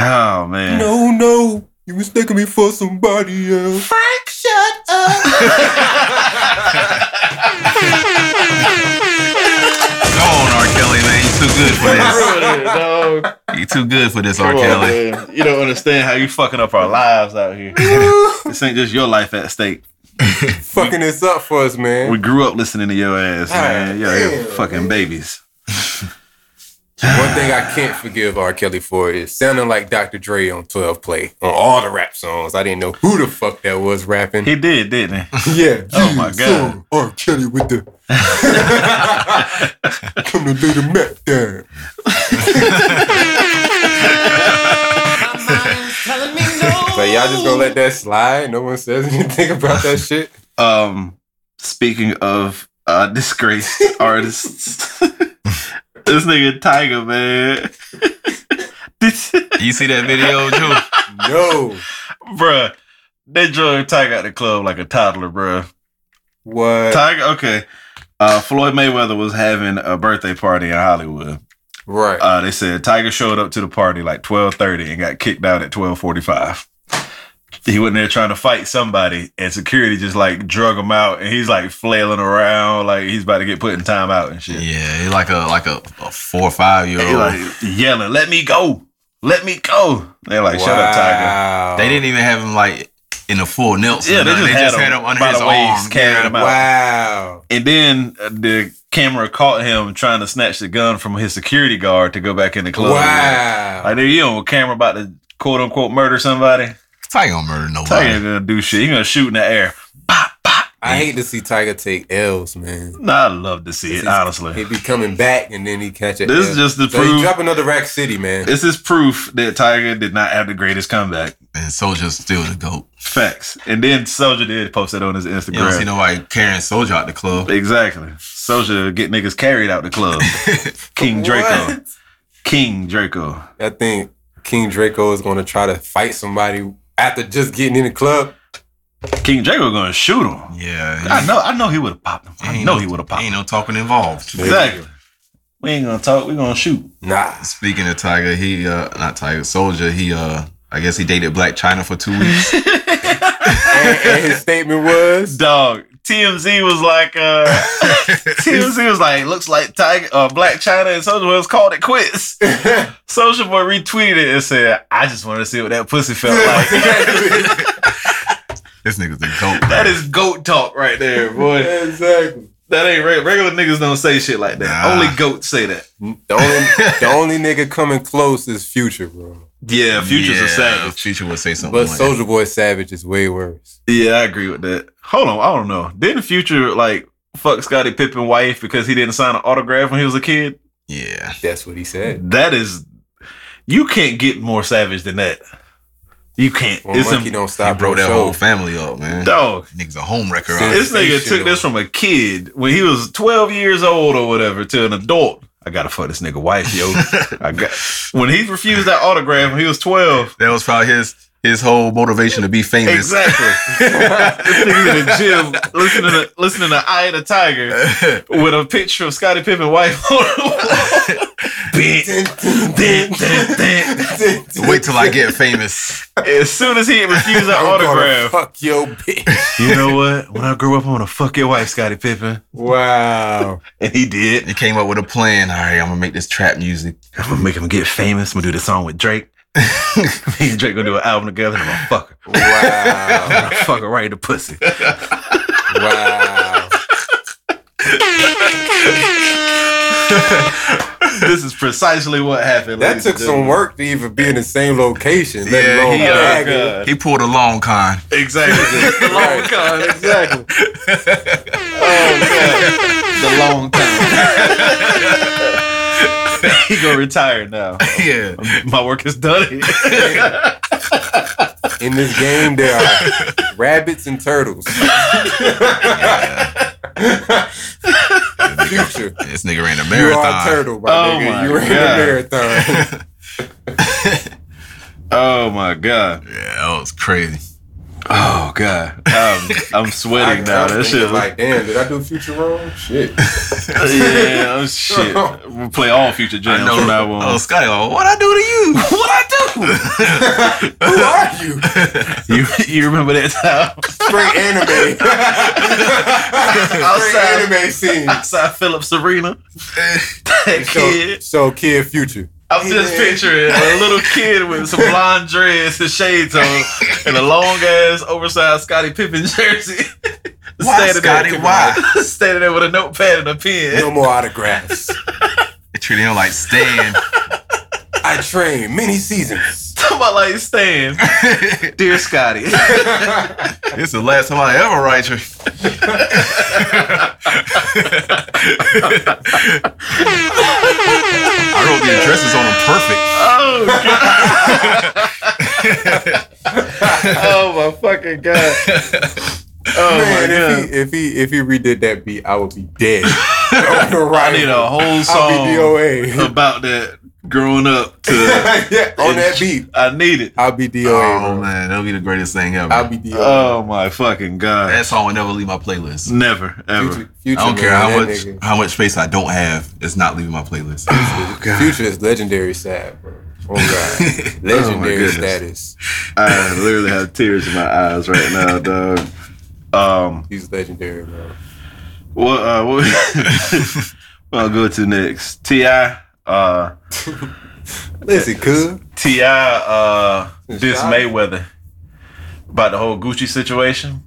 Oh man. No, no. You mistaken me for somebody else. Frank, shut up. Go on, Oh, R. Kelly, man. You too good for [laughs] this. Ruined it, dog. You too good for this, R. Come on, Kelly. man. You don't understand how you fucking up our lives out here. this ain't just your life at stake. Fucking this up for us, man. We [sighs] grew up listening to your ass, man. You're damn, fucking babies. One thing I can't forgive R. Kelly for is sounding like Dr. Dre on 12 Play on all the rap songs. I didn't know who the fuck that was rapping. [laughs] He did, didn't he? yeah. Oh my you saw God. [laughs] R. Kelly with the Come to do the meth down. [laughs] So y'all just gonna [laughs] let that slide? No one says anything about that [laughs] shit. Um, speaking of uh, disgraced artists, [laughs] this nigga Tiger man, [laughs] this, You see that [laughs] video, Drew? No. bruh, they drug Tiger out the club like a toddler, bruh. What? Tiger, okay. Uh, Floyd Mayweather was having a birthday party in Hollywood. Right. Uh, they said Tiger showed up to the party like twelve thirty and got kicked out at twelve forty five. He went in there trying to fight somebody, and security just like drug him out, and he's like flailing around like he's about to get put in timeout and shit. Yeah, he like a like a, a four or five year He old. like yelling, "Let me go, let me go!" They're like, "Shut up, Tiger." Wow. They didn't even have him like in the full Nelson. Yeah, they Like, just, had, him under by his the waist, arm. carrying yeah. him out. Wow. And then uh, the camera caught him trying to snatch the gun from his security guard to go back in the club. Wow. Like, nigga, you on camera about to quote unquote murder somebody? Tiger gonna murder nobody. Tiger ain't gonna do shit. He gonna shoot in the air. Bah, bah. I hate to see Tiger take L's, man. Nah, I love to see it, He's- honestly. He be coming back and then he catch it. This is just to so he prove- drop another Rack City, man. This is proof that Tiger did not have the greatest comeback. And Soldier's still the goat. Facts. And then Soldier did post that on his You don't see Instagram. nobody carrying Soldier out the club. exactly. Soldier get niggas carried out the [laughs] club. King Draco. What? King Draco. I think King Draco is gonna try to fight somebody after just getting in the club. King Draco gonna shoot him. Yeah, I know. I know he would have popped him. I Ain't know no- he would have popped ain't him. no talking involved. Exactly. We ain't gonna talk. We gonna shoot. [laughs] Nah. Speaking of Tiger, he uh not Tiger Soldier. He uh I guess he dated Black China for two [laughs] weeks. [laughs] and, and his statement was Dog. TMZ was like, uh, [laughs] TMZ was like, looks like Tiger, uh, Black China and Soldier was called it [laughs] quits. Soldier Boy retweeted it and said, I just wanted to see what that pussy felt [laughs] like. exactly. this nigga's the goat. that is goat talk right there, boy. exactly. That ain't re- regular niggas don't say shit like that. Nah. Only goats say that. The only, the only nigga coming close is Future, Oh, bro. Yeah, Future's yeah, a savage. Future would say something. But like Soldier Boy Savage is way worse. Yeah, I agree with that. Hold on, I don't know. Didn't Future like fuck Scottie Pippen wife because he didn't sign an autograph when he was a kid? that. yeah. That's what he said. That is, you can't get more savage than that. You can't. When it's Monkey a, don't He stop, broke bro. that Show. whole family up, man. dog. Nigga's a home wrecker. See, out This nigga Sensational. took this from a kid when he was 12 years old or whatever to an adult. I gotta fuck this nigga wife, yo. I got when he refused that autograph when he was 12. That was probably his his whole motivation to be famous. Exactly. this nigga's in the gym listening to listening to Eye of the Tiger with a picture of Scottie Pippen wife [laughs] on the wall. Bitch. Dun, dun, dun. [laughs] Wait till I get famous. As soon as he refused [laughs] that I'm gonna autograph, fuck your bitch. you know what? When I grow up, I'm gonna fuck your wife, Scottie Pippen. Wow. And he did. He came up with a plan. All right, I'm gonna make this trap music. [laughs] I'm gonna make him get famous. I'm gonna do the song with Drake. [laughs] Me and Drake gonna do an album together. I'm gonna fuck her. Wow. I'm gonna fuck her right in the pussy. Wow. this is precisely what happened. That ladies took and some gentlemen. work to even be in the same location, let Yeah, alone he, Oh, bag it. God. He pulled a long con. [laughs] [laughs] Exactly. the long Right. con. Exactly. The long [laughs] con. he gonna retire now. [laughs] yeah. My work is done. In this game, there are rabbits and turtles. [laughs] Future. This nigga ran a You are a marathon. turtle, my Oh nigga. my you ran God. a marathon. oh my god. Yeah, that was crazy. Oh god. I'm, [laughs] I'm sweating now. I'm That shit. thinking like, damn, did I do future wrong? Shit. [laughs] [laughs] yeah. Oh shit. We'll play all future I jams know. from now Oh, on. Scotty, like, what I do to you? what I do? Who are you? [laughs] You you remember that time? Straight [laughs] anime. Outside. Straight anime scene. outside Philip Serena. [laughs] that So, kid. so kid future. I'm just Yeah. picturing a little kid with some blonde dreads and shades [laughs] on and a long ass oversized Scottie Pippen jersey. [laughs] Why, Scottie, why? [laughs] Standing there with a notepad and a pen. No more autographs. They treated him like Stan. I trained many seasons. talking about like [laughs] Stan. Dear Scotty. It's the last time I ever write you. [laughs] I wrote the addresses on them perfect. Oh god. [laughs] oh my fucking god. Oh Man, my if god. he, if he if he redid that beat, I would be dead. [laughs] I need a whole I'll be song [laughs] DOA. about that growing up to yeah, [laughs] on that beat, I need it. I'll be DOA. Oh bro. man, that'll be the greatest thing ever. I'll be DOA. Oh my fucking god. that song will never leave my playlist. Never ever. Future, future, I don't care man, how that much nigga. how much space I don't have. It's not leaving my playlist. Oh god. Future is legendary sad, bro. Oh [laughs] god, legendary Oh, goodness. status. I literally have tears in my eyes [laughs] right now, dog. Um He's legendary, bro. What uh what [laughs] what I'll go to next? T.I. uh Listen, cuz T.I. uh It's this shot. Mayweather about the whole Gucci situation.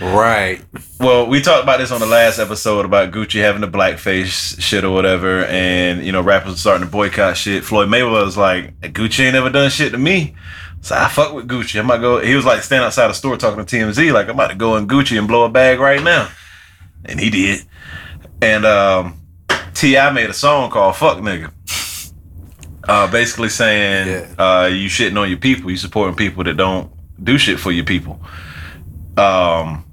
right, Well, we talked about this on the last episode about Gucci having the blackface shit or whatever, and you know, rappers are starting to boycott shit. Floyd Mayweather was like, Gucci ain't ever done shit to me. So I fuck with Gucci. I might go he was like standing outside a store talking to TMZ, like I'm about to go in Gucci and blow a bag right now. And he did. And um T.I. made a song called Fuck Nigga. Uh, basically saying uh, you shitting on your people, you supporting people that don't do shit for your people. Um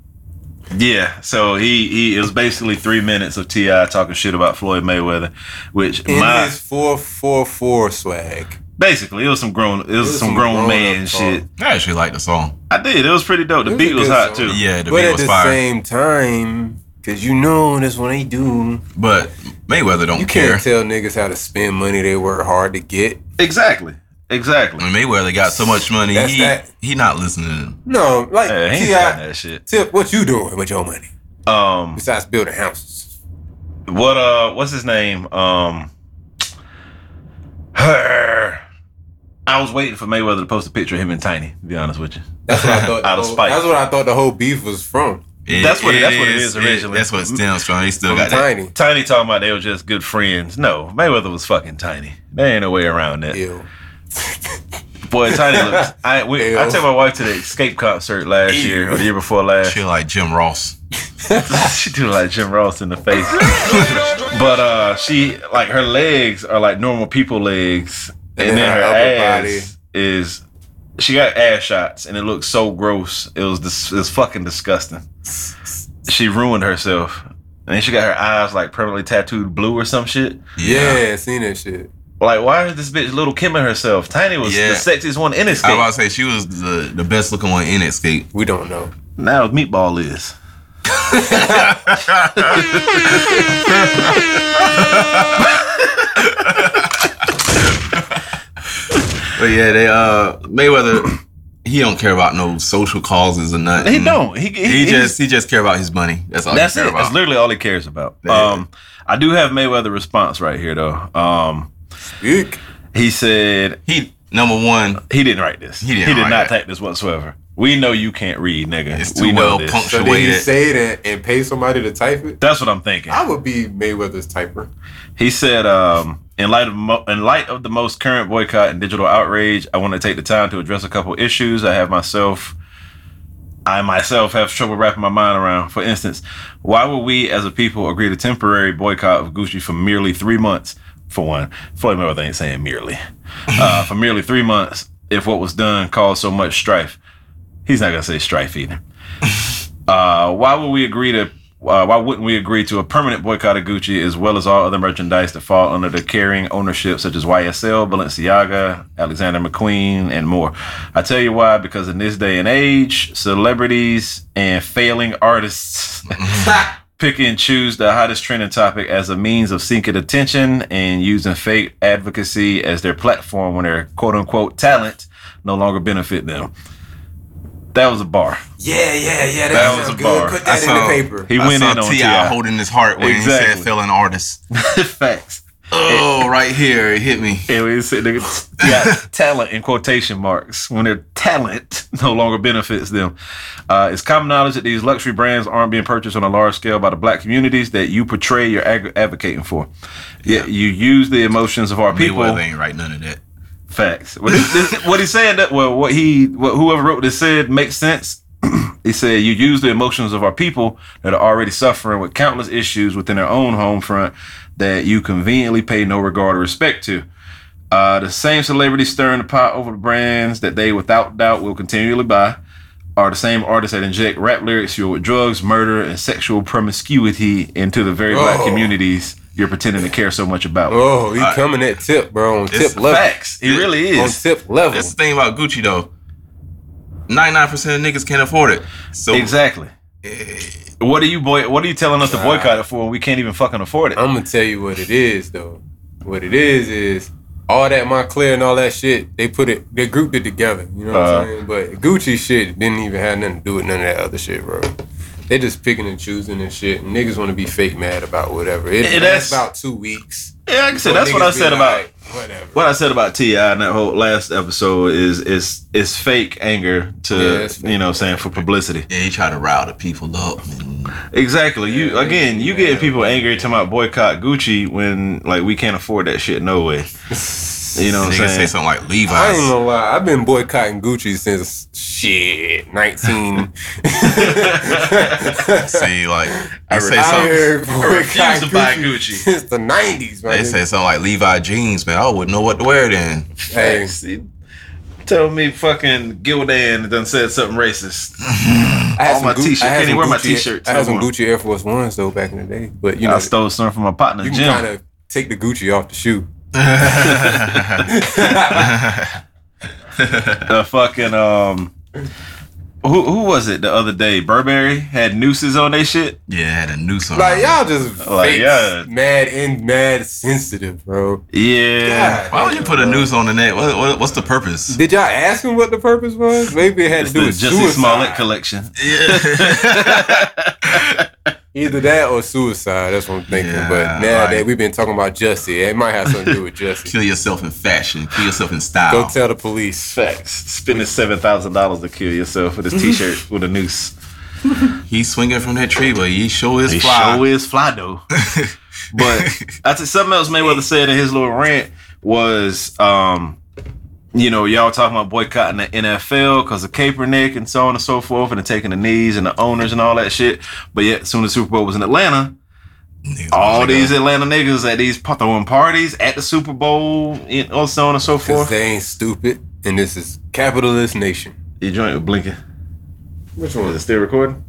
yeah, so he he it was basically three minutes of Ti talking shit about Floyd Mayweather, which in my his four four four swag. basically it was some grown it was, was some some grown, grown-up man talk. shit. I actually like the song. I did. It was pretty dope. The It was a beat was good hot song. too. Yeah, the but beat at was the fire. same time, cause you know that's what they do. But Mayweather don't You care. can't tell niggas how to spend money they work hard to get. Exactly. Exactly. Mm. I mean, Mayweather got so much money. That's He, that. he not listening. to them. No, like Yeah, he ain't got T.I. that shit. Tip, what you doing with your money Um, besides building houses? what uh, what's his name? Um, her. I was waiting for Mayweather to post a picture of him and Tiny. To be honest with you, That's what [laughs] I thought. the Out of whole- spite. That's what I thought the whole beef was from. It- That's what- that's what it is originally. that's what it stems from. He still From got that. Tiny. Tiny talking about they were just good friends. No, Mayweather was fucking Tiny. There ain't no way around that. Ew. Boy, Tiny looks. I we, I Ew. took my wife to the Escape concert last year or the year before last. She like Jim Ross. [laughs] she do like Jim Ross in the face. but uh, she like her legs are like normal people legs, and, then her, upper ass is. She got ass shots, and it looked so gross. It was dis- it was fucking disgusting. She ruined herself, and then she got her eyes like permanently tattooed blue or some shit. Yeah, I seen that shit. Like, why is this bitch little Kim and herself? Tiny was Yeah. the sexiest one in this I was about game. to say she was the, the best looking one in Escape. We don't know. Now Meatball is. But yeah, they uh Mayweather, he don't care about no social causes or nothing. He don't. He, he, Mm-hmm. He he- just he just care about his money. That's all That's he it. care That's about. literally all he cares about. Yeah. Um, I do have Mayweather response right here though. Um, Eek. he said he number one. he didn't write this. He didn't did write not that. take this whatsoever. We know you can't read, nigga. It's we too know well this. punctuated. So did he Wait. say that and pay somebody to type it? That's what I'm thinking. I would be Mayweather's typer. He said, um, in light of mo- in light of the most current boycott and digital outrage, I want to take the time to address a couple issues I have myself. I myself have trouble wrapping my mind around. For instance, why would we as a people agree to temporary boycott of Gucci for merely three months? For one, Floyd Mayweather ain't saying merely. Uh, for merely three months, if what was done caused so much strife, he's not gonna say strife either. Uh, why would we agree to? Uh, why wouldn't we agree to a permanent boycott of Gucci as well as all other merchandise that fall under the carrying ownership, such as YSL, Balenciaga, Alexander McQueen, and more? I tell you why, because in this day and age, celebrities and failing artists pick and choose the hottest trending topic as a means of seeking attention and using fake advocacy as their platform when their quote unquote talent no longer benefit them. That was a bar. [laughs] Yeah, yeah, yeah. That, That was sounds a bar. Put I that saw- in the paper. He I went saw in on T.I. Ti. holding his heart when he Exactly. said failing artist. Facts. Oh, right here, it hit me. And we said, nigga, yeah, talent in quotation marks when their talent [laughs] no longer benefits them. Uh, it's common knowledge that these luxury brands aren't being purchased on a large scale by the black communities that you portray you're ag- advocating for. Yet you use the emotions of our people. Mayweather ain't right none of that. Facts. What, he, this, what he said that well, what he what whoever wrote this said makes sense. [clears throat] he said you use the emotions of our people that are already suffering with countless issues within their own home front that you conveniently pay no regard or respect to. Uh, the same celebrities stirring the pot over the brands that they without doubt will continually buy are the same artists that inject rap lyrics fueled with drugs, murder, and sexual promiscuity into the very black Oh. communities you're pretending to care so much about. Oh, he All right. coming at tip, bro. On It's tip level. Facts. It really On is. tip level. That's the thing about Gucci though. Ninety nine percent of niggas can't afford it. So Exactly. eh, What are you boy? What are you telling us to boycott it for? when We can't even fucking afford it. I'm gonna tell you what it is though. What it is is all that Montclair and all that shit. They put it. They grouped it together. You know what Uh-huh. I'm saying? But Gucci shit didn't even have nothing to do with none of that other shit, bro. They just picking and choosing and shit. And niggas want to be fake mad about whatever. It Yeah, lasts that's- about two weeks. Yeah, like I said, that's But what I niggas be said about like, whatever. what I said about Ti in that whole last episode is is is fake anger Yeah, to it's fake. you know what I'm saying for publicity. yeah, he try to rile the people up. Exactly. You Yeah, again, you yeah. getting people angry talking about boycott Gucci when like we can't afford that shit. No way. You know And what niggas say I'm saying? something like I ain't Levi's. gonna lie. I've been boycotting Gucci since shit nineteen. [laughs] [laughs] See, like I they say something. retired boycott to buy Gucci. since the nineties, man. They say something like Levi jeans, man. I wouldn't know what to wear then. hey, See, Tell me fucking Gildan done said something racist. I had All my Gu- t-shirts. I had Can't some even wear my Gucci- t-shirts I had no some more. Gucci Air Force Ones though back in the day, but you know I stole some from my partner you Jim. can kind of take the Gucci off the [laughs] shoe. [laughs] the fucking um who who was it the other day? Burberry had nooses on their shit. Yeah, had a noose on. Like it. y'all just Like, fake, yeah. mad and mad sensitive, bro. Yeah. God Why would you damn, put a bro. noose on the neck? What, what, what's the purpose? Did y'all ask him what the purpose was? Maybe it had It's to do the with Jesse suicide. Smollett collection. Either that or suicide. That's what I'm thinking. Yeah, but now like- that we've been talking about Jesse, it might have something to do [laughs] with Jesse. [laughs] Kill yourself in fashion. Kill yourself in style. Go tell the police. [laughs] Facts. Spending seven thousand dollars to kill yourself with this [laughs] t-shirt with a noose. He's swinging from that tree, but he sure is He fly. sure is fly though. but I think something else Mayweather said in his little rant was, um, you know, y'all talking about boycotting the NFL because of Kaepernick and so on and so forth, and the taking the knees and the owners and all that shit. But yet, soon as Super Bowl was in Atlanta, Niggas all wanna these go. Atlanta niggas at these pa- throwing parties at the Super Bowl and all so on and so Because forth. they ain't stupid. And this is capitalist nation. Your joint was blinking. Which Is it still recording?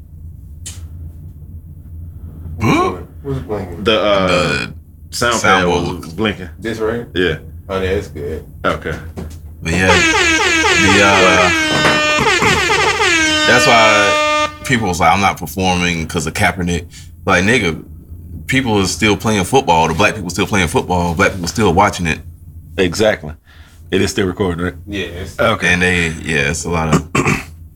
Ooh, [laughs] What's blinking? The uh, uh, sound pad soundboard. was blinking. This right? Yeah. Oh, yeah, that's good. Okay. but yeah, the, uh, that's why people was like, "I'm not performing because of Kaepernick." Like, nigga, people is still playing football. The black people still playing football. Black people still watching it, Exactly. It is still recording, right? Yeah, [laughs] it's Okay. and they yeah, it's a lot of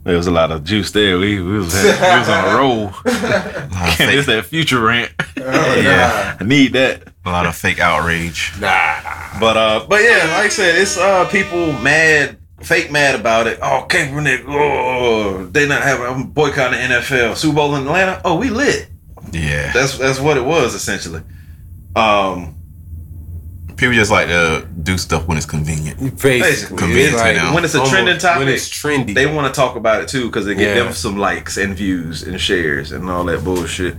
There was a lot of juice there. We, we, was, we was [laughs] on a roll. Oh, [laughs] [laughs] lot of And it's fake, that future rant. yeah, I need that. a lot of fake outrage. Nah, nah. But uh, but yeah, like I said, it's uh people mad, fake mad about it. Oh, Kaepernick, oh, they not having. I'm boycotting the NFL, Super Bowl in Atlanta. Oh, we lit. Yeah, That's that's what it was essentially. Um, people just like to do stuff when it's convenient. Basically, convincing now. when it's a almost- trending topic, When it's trendy. they want to talk about it too because they get Yeah. them some likes and views and shares and all that bullshit.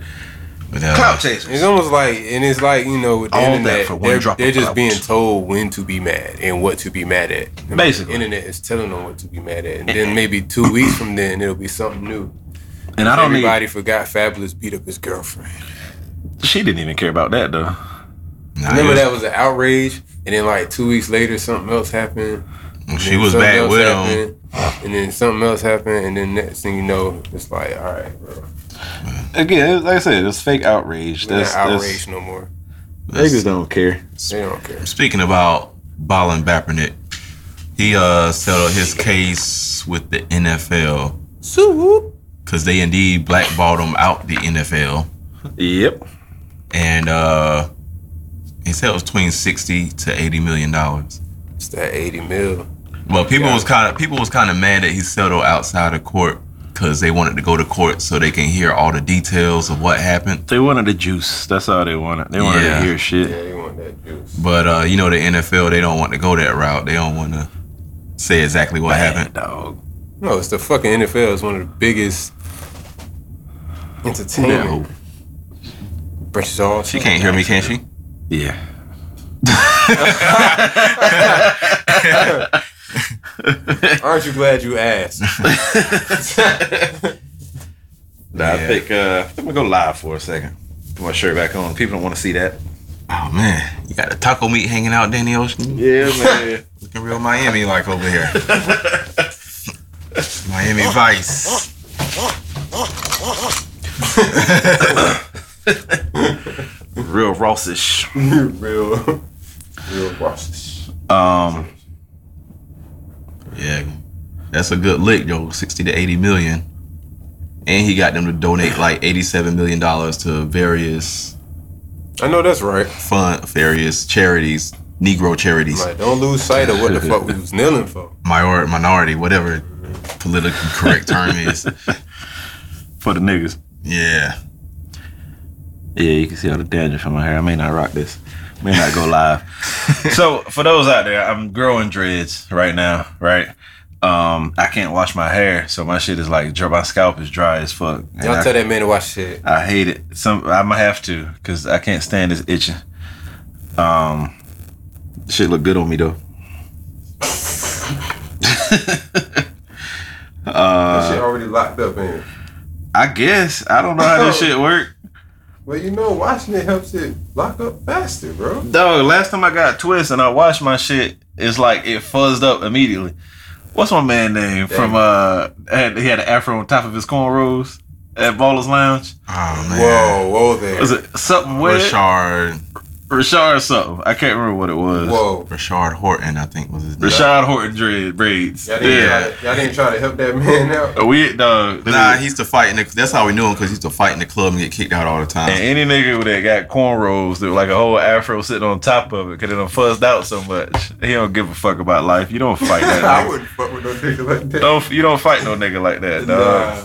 But, uh, Clout it's chasers. almost like, and it's like you know, with the All that internet, for one they're, drop of they're just clout. being told when to be mad and what to be mad at. And Basically. the internet is telling them what to be mad at, and then maybe two weeks from then, it'll be something new. And I Everybody forgot Fabulous beat up his girlfriend. She didn't even care about that though. nah, Remember it that was an outrage, and then like two weeks later, something else happened. was- and She then was something back else with him. happened, and then something else happened, and then next thing you know, it's like, all right, bro, Again, like I said, it's fake outrage. we're That's not outraged no more. Niggas don't care. They don't care. Speaking about Ballin Bapernick, he uh settled his case with the NFL because they indeed blackballed him out the NFL, Yep. and uh he said it was between sixty to eighty million dollars. It's that 80 mil. Well, people was kind of people was kind of mad that he settled outside of court because they wanted to go to court so they can hear all the details of what happened. They wanted the juice. That's all they wanted. They wanted Yeah. to hear shit. Yeah, they want that juice. But uh, you know, the NFL they don't want to go that route. They don't want to say exactly what happened. Dog. [laughs] No, it's the fucking NFL. It's one of the biggest entertainment. No. Branches all. She can't hear me, can she? Yeah. Aren't you glad you asked? Nah, I think uh, I'm gonna go live for a second. Put my shirt back on. People don't want to see that. Oh man, you got the taco meat hanging out, Danny Ocean. Yeah, man. Looking real Miami like over [laughs] here. Miami Vice. Real Rossish. [laughs] real, real process. Um, Yeah, that's a good lick, yo. Sixty to eighty million, and he got them to donate like eighty-seven million dollars to various I know that's right. fund, various charities, Negro charities, Like, don't lose sight of what the fuck we was kneeling for. minor, minority, whatever politically correct term is. [laughs] for the niggas. Yeah, Yeah, you can see all the dandruff from my hair. I may not rock this. May not go live. so for those out there, I'm growing dreads right now, right? Um, I can't wash my hair, so my shit is like dry- my scalp is dry as fuck. And Y'all I- tell that man to watch shit. I hate it. Some I might have to because I can't stand this itching. Um, shit look good on me though. [laughs] That shit already locked up in. Uh, I guess I don't know [laughs] how this shit work. Well, you know, watching it helps it lock up faster, bro. Dog, last time I got twist and I washed my shit, it's like it fuzzed up immediately. What's my man name from uh? Had, he had an afro on top of his cornrows at Ballers Lounge. oh man, Whoa, whoa there. Was it something Whoa. weird? Rashard, Rashard, or something? I can't remember what it was. Whoa. Rashard Horton, I think was his name. Rashad Horton dread braids. Y'all didn't, Yeah. try to, y'all didn't try to help that man out. [laughs] A weird dog. Nah, he used to fight in the. That's how we knew him because he used to fight in the club and get kicked out all the time. and any nigga that got cornrows that like a whole afro sitting on top of it because it done fuzzed out so much. He don't give a fuck about life. You don't fight [laughs] that. I nigga. wouldn't fuck with no nigga like that. Don't you don't fight no nigga like that, dog.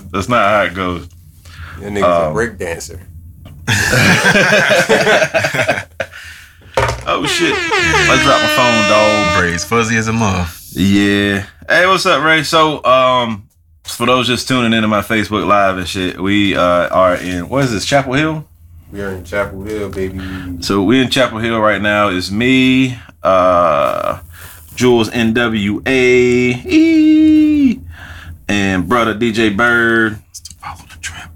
Nah. That's not how it goes. That nigga's Um, a break dancer. Oh shit! I dropped my phone, dog. Braids fuzzy as a mother. Yeah. Hey, what's up, Ray? So, um, for those just tuning into my Facebook Live and shit, we uh, are in what is this Chapel Hill? We are in Chapel Hill, baby. So we in Chapel Hill right now. It's me, uh, Jules NWA, ee, and brother DJ Bird. Follow the trap.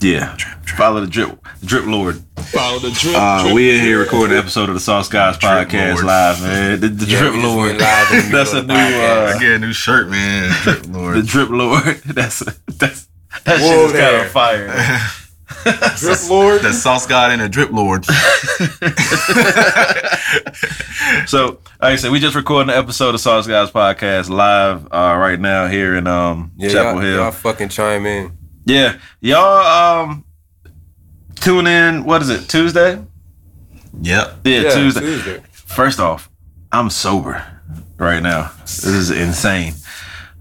Yeah, follow the drip, drip lord. Follow the trip. Uh, we in here recording an episode of the Sauce Guys Drip podcast Lord. live, man. The, the Yeah, drip we just lord. went live in the middle [laughs] That's a of the new, I uh, podcast. get a new shirt, man. Drip Lord. the drip lord. [laughs] That's that's that shit Whoa is kind there. of fire. Drip Lord. the sauce god and the drip lord. So, like I said, we just recording an episode of Sauce Guys podcast live uh, right now here in um, Yeah, Chapel y'all, Hill. y'all fucking chime in. Yeah, y'all um tune in. What is it? Tuesday? yep. Yeah, Yeah, Tuesday. Tuesday. First off, I'm sober right now. This is insane.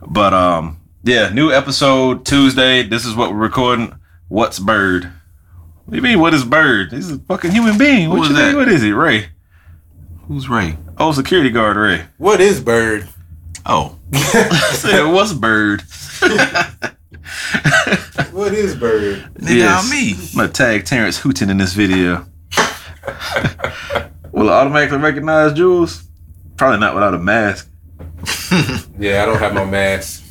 But um, yeah, new episode Tuesday. This is what we're recording. What's bird? What do you mean? What is bird? He's a fucking human being. What is you mean? that? What is he? Ray? Who's Ray? Oh, security guard Ray. What is [laughs] Bird? Oh, I said, what's bird? What is Bird? nigga, Yes. I'm me. [laughs] I'm gonna tag Terrence Hooton in this video. [laughs] Will it automatically recognize Jules? Probably not without a mask. Yeah, I don't have my mask.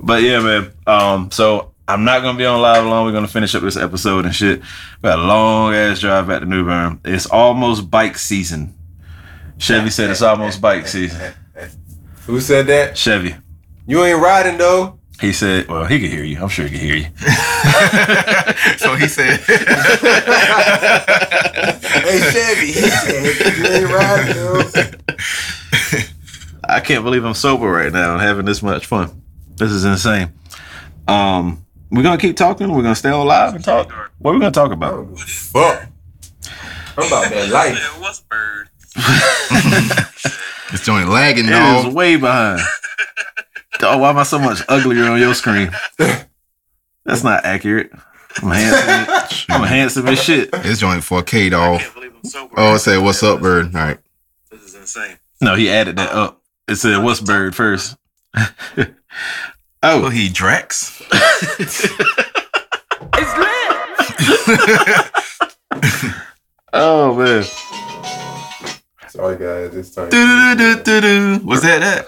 But yeah, man. Um, so I'm not gonna be on live long. We're gonna finish up this episode and shit. We got a long ass drive back to New Bern. It's almost bike season. Chevy said it's almost bike season. Who said that? Chevy. You ain't riding though. He said, well, he can hear you. I'm sure he can hear you. so he [laughs] said, Hey Chevy, he said you ain't riding though. I can't believe I'm sober right now and having this much fun. This is insane. Um, we're gonna keep talking. We're gonna stay on live and talk. What are we gonna talk I about? don't give a fuck. I'm about that life. What's bird? "This joint lagging, It is [laughs] dog." way behind. Oh, why am I so much uglier on your screen? That's not accurate. I'm [laughs] handsome. I'm handsome as shit. This joint 4K, dog. Oh, it said, what's up, bird? All right. This is insane. No, he added that up. It said, "What's bird first? Oh, oh, he Drax. oh man. Sorry guys, it's [laughs] time. Do-do-do-do-do. Was that that?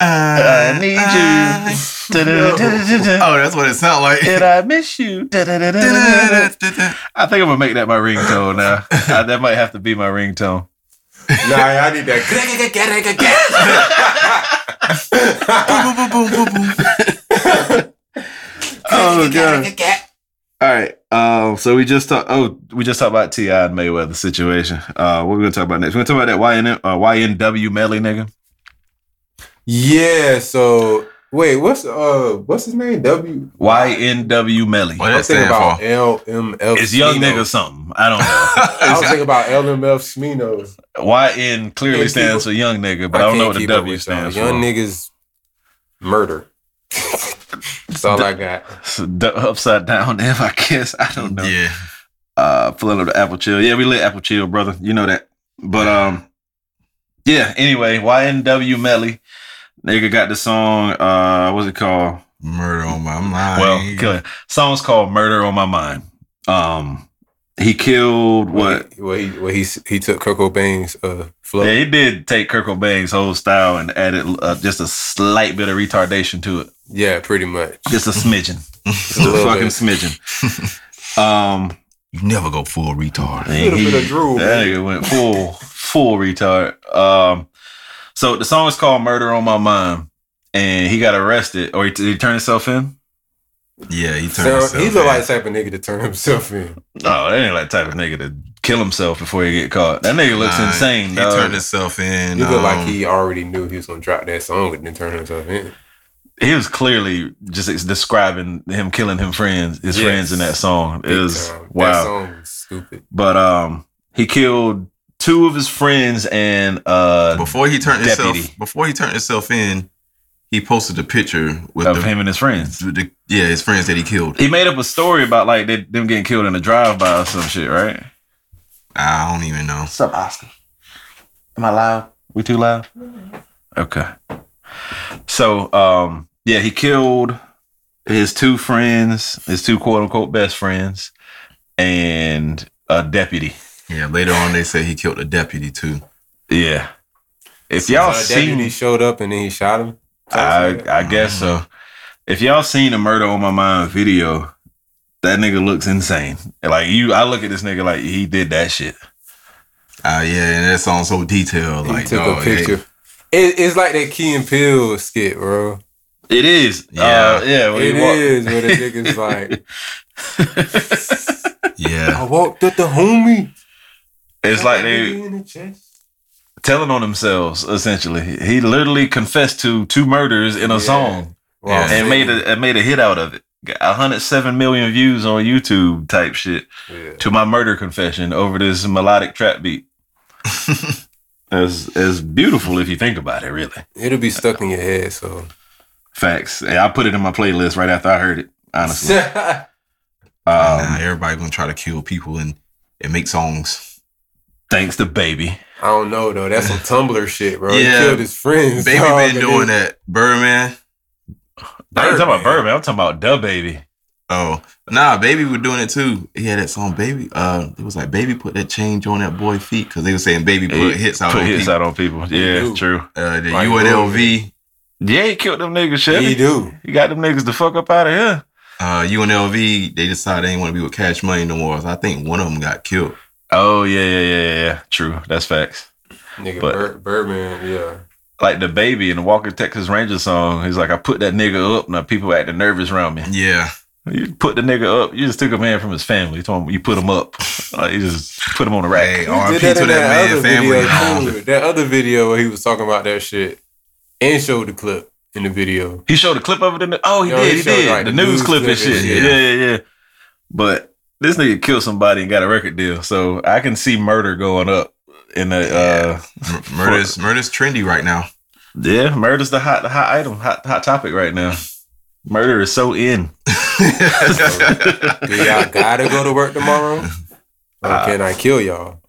I need [laughs] you. [laughs] Oh, that's what it sounded like. Did I miss [laughs] you? I [laughs] think I'm gonna make that my ringtone now. Uh, that might have to be my ringtone. Nah, I need that. [laughs] boom, boom, boom, boom, [laughs] boom. Oh god. All right. Um, so we just talked. Oh, we just talked about Ti and Mayweather situation. Uh, what are we gonna talk about next? We're gonna talk about that YN, uh, YNW medley, nigga. yeah. So wait, what's uh, what's his name? W. YNW medley. What I'm that thinking stand about for? LMF. It's young Smino. nigga something. I don't know. I was thinking about LMF Smino. YN clearly Can't stands keep for young nigga, but I, don't can't know what the keep up W with y'all. stands Young for. niggas murder. [laughs] That's all I got. So d- upside down, if I guess. I don't know. Yeah. uh filling up the apple chill. Yeah, we lit apple chill, brother. You know that. But um yeah, anyway, YNW Melly. Nigga got the song, uh, what's it called? Murder on my mind. Well, kill it. Song's called Murder on My Mind. Um he killed what? He, well, he, well, he, he took Kurt Cobain's uh, flow. Yeah, he did take Kirk Cobain's whole style and added uh, just a slight bit of retardation to it. Yeah, pretty much. Just a smidgen. just [laughs] A a little fucking bit. smidgen. [laughs] Um you never go full retard. And Little he- bit of drool, That nigga went full, full retard. Um, so the song is called "Murder on My Mind," and he got arrested, or he, did he turn himself in? Yeah, he turned So, himself. he look in. like the type of nigga to turn himself in. Oh, that ain't like the type of nigga to kill himself before he get caught. That nigga looks Nah, insane. He dog. turned himself in. uh, He look like um, he already knew he was gonna drop that song and then turn himself in. he was clearly just ex- describing him killing him friends, his Yes. friends in that song. It was Um, wow. That song was stupid. But um, he killed two of his friends and uh before he turned Deputy. himself. Before he turned himself in, he posted a picture with of the, him and his friends. with the- yeah his friends that he killed. He made up a story about like they, them getting killed in a drive by or some shit, right? I don't even know. What's up, Oscar? Am I loud? We too loud? Okay. So, um, yeah, he killed his two friends, his two quote unquote best friends, and a deputy. Yeah, later on they said he killed a deputy too. Yeah. If y'all Uh, Deputy seen, showed up and then he shot him. I, I guess so. Mm-hmm. If y'all seen the murder on my mind video, that nigga looks insane. Like you, I look at this nigga like he did that shit. Ah, yeah, and that song's so detailed. he like, took dog, a picture. It, it's like that Key and Pill skit, bro. It is, Yeah. uh, yeah. It when is he walk- where the nigga's like, [laughs] hey, yeah, I walked up the homie. It's like they In the chest. telling on themselves essentially. He literally confessed to two murders in a Yeah. song Well, Yeah. and made a and made a hit out of it. Got 107 million views on YouTube type shit Yeah. to my murder confession over this melodic [laughs] trap beat. That's it's beautiful if you think about it, really. It'll be stuck in your head, so Facts. And I put it in my playlist right after I heard it, honestly. nah, Um, everybody gonna try to kill people and and make songs. thanks to Baby. [laughs] I don't know though. That's some Tumblr shit, bro. Yeah. He killed his friends. [laughs] Baby dog, been and doing then- that. Birdman. I ain't talking about Birdman. Birdman. I'm talking about Da Baby. Oh, nah, baby was doing it too. He had that song, baby. Uh, it was like baby put that change on that boy feet because they were saying baby put He hits out put on hits people. out on people. Yeah, Dude. true. Uh, the Like, UNLV, Yeah, he killed them niggas, Chevy. He do. He got them niggas the fuck up out of here. uh, UNLV. They decided they didn't want to be with Cash Money no more. So I think one of them got killed. Oh yeah, yeah, yeah, yeah, yeah. True. That's facts. Nigga, But- Bird, Birdman, yeah. Like the baby in the Walker Texas Ranger song, he's like, I put that nigga up, now people acting nervous around me. [laughs] Yeah, You put the nigga up, you just took a man from his family. You told him you put him up. [laughs] Like you just put him on the rack. hey, He RP did that to in that, that man other family. [laughs] video too. That other video where he was talking about that shit and showed the clip in the video. He showed a clip of it in the Oh he Yo, he did, he, showed, did. like, the news clip and shit. shit. Yeah. yeah, yeah, But this nigga killed somebody and got a record deal. So I can see murder going up in the uh [laughs] Mur- murder's murder's trendy right now. [laughs] Yeah, murder's the hot the hot item, hot hot topic right now. Murder is so in. [laughs] Do y'all gotta go to work tomorrow? Or Ah. Uh, can I kill [laughs] y'all?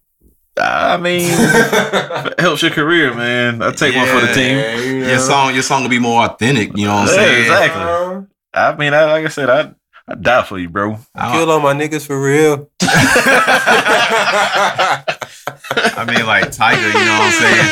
I mean, [laughs] it helps your career, man. I take one for the team. Yeah, you know. Your song, your song will be more authentic. You know what Yeah, I'm saying? exactly. Uh, I mean, I, like I said, I I die for you, bro. [laughs] I, don't- Kill all my niggas for [laughs] real. I mean, like Tiger. You know what I'm [laughs] saying?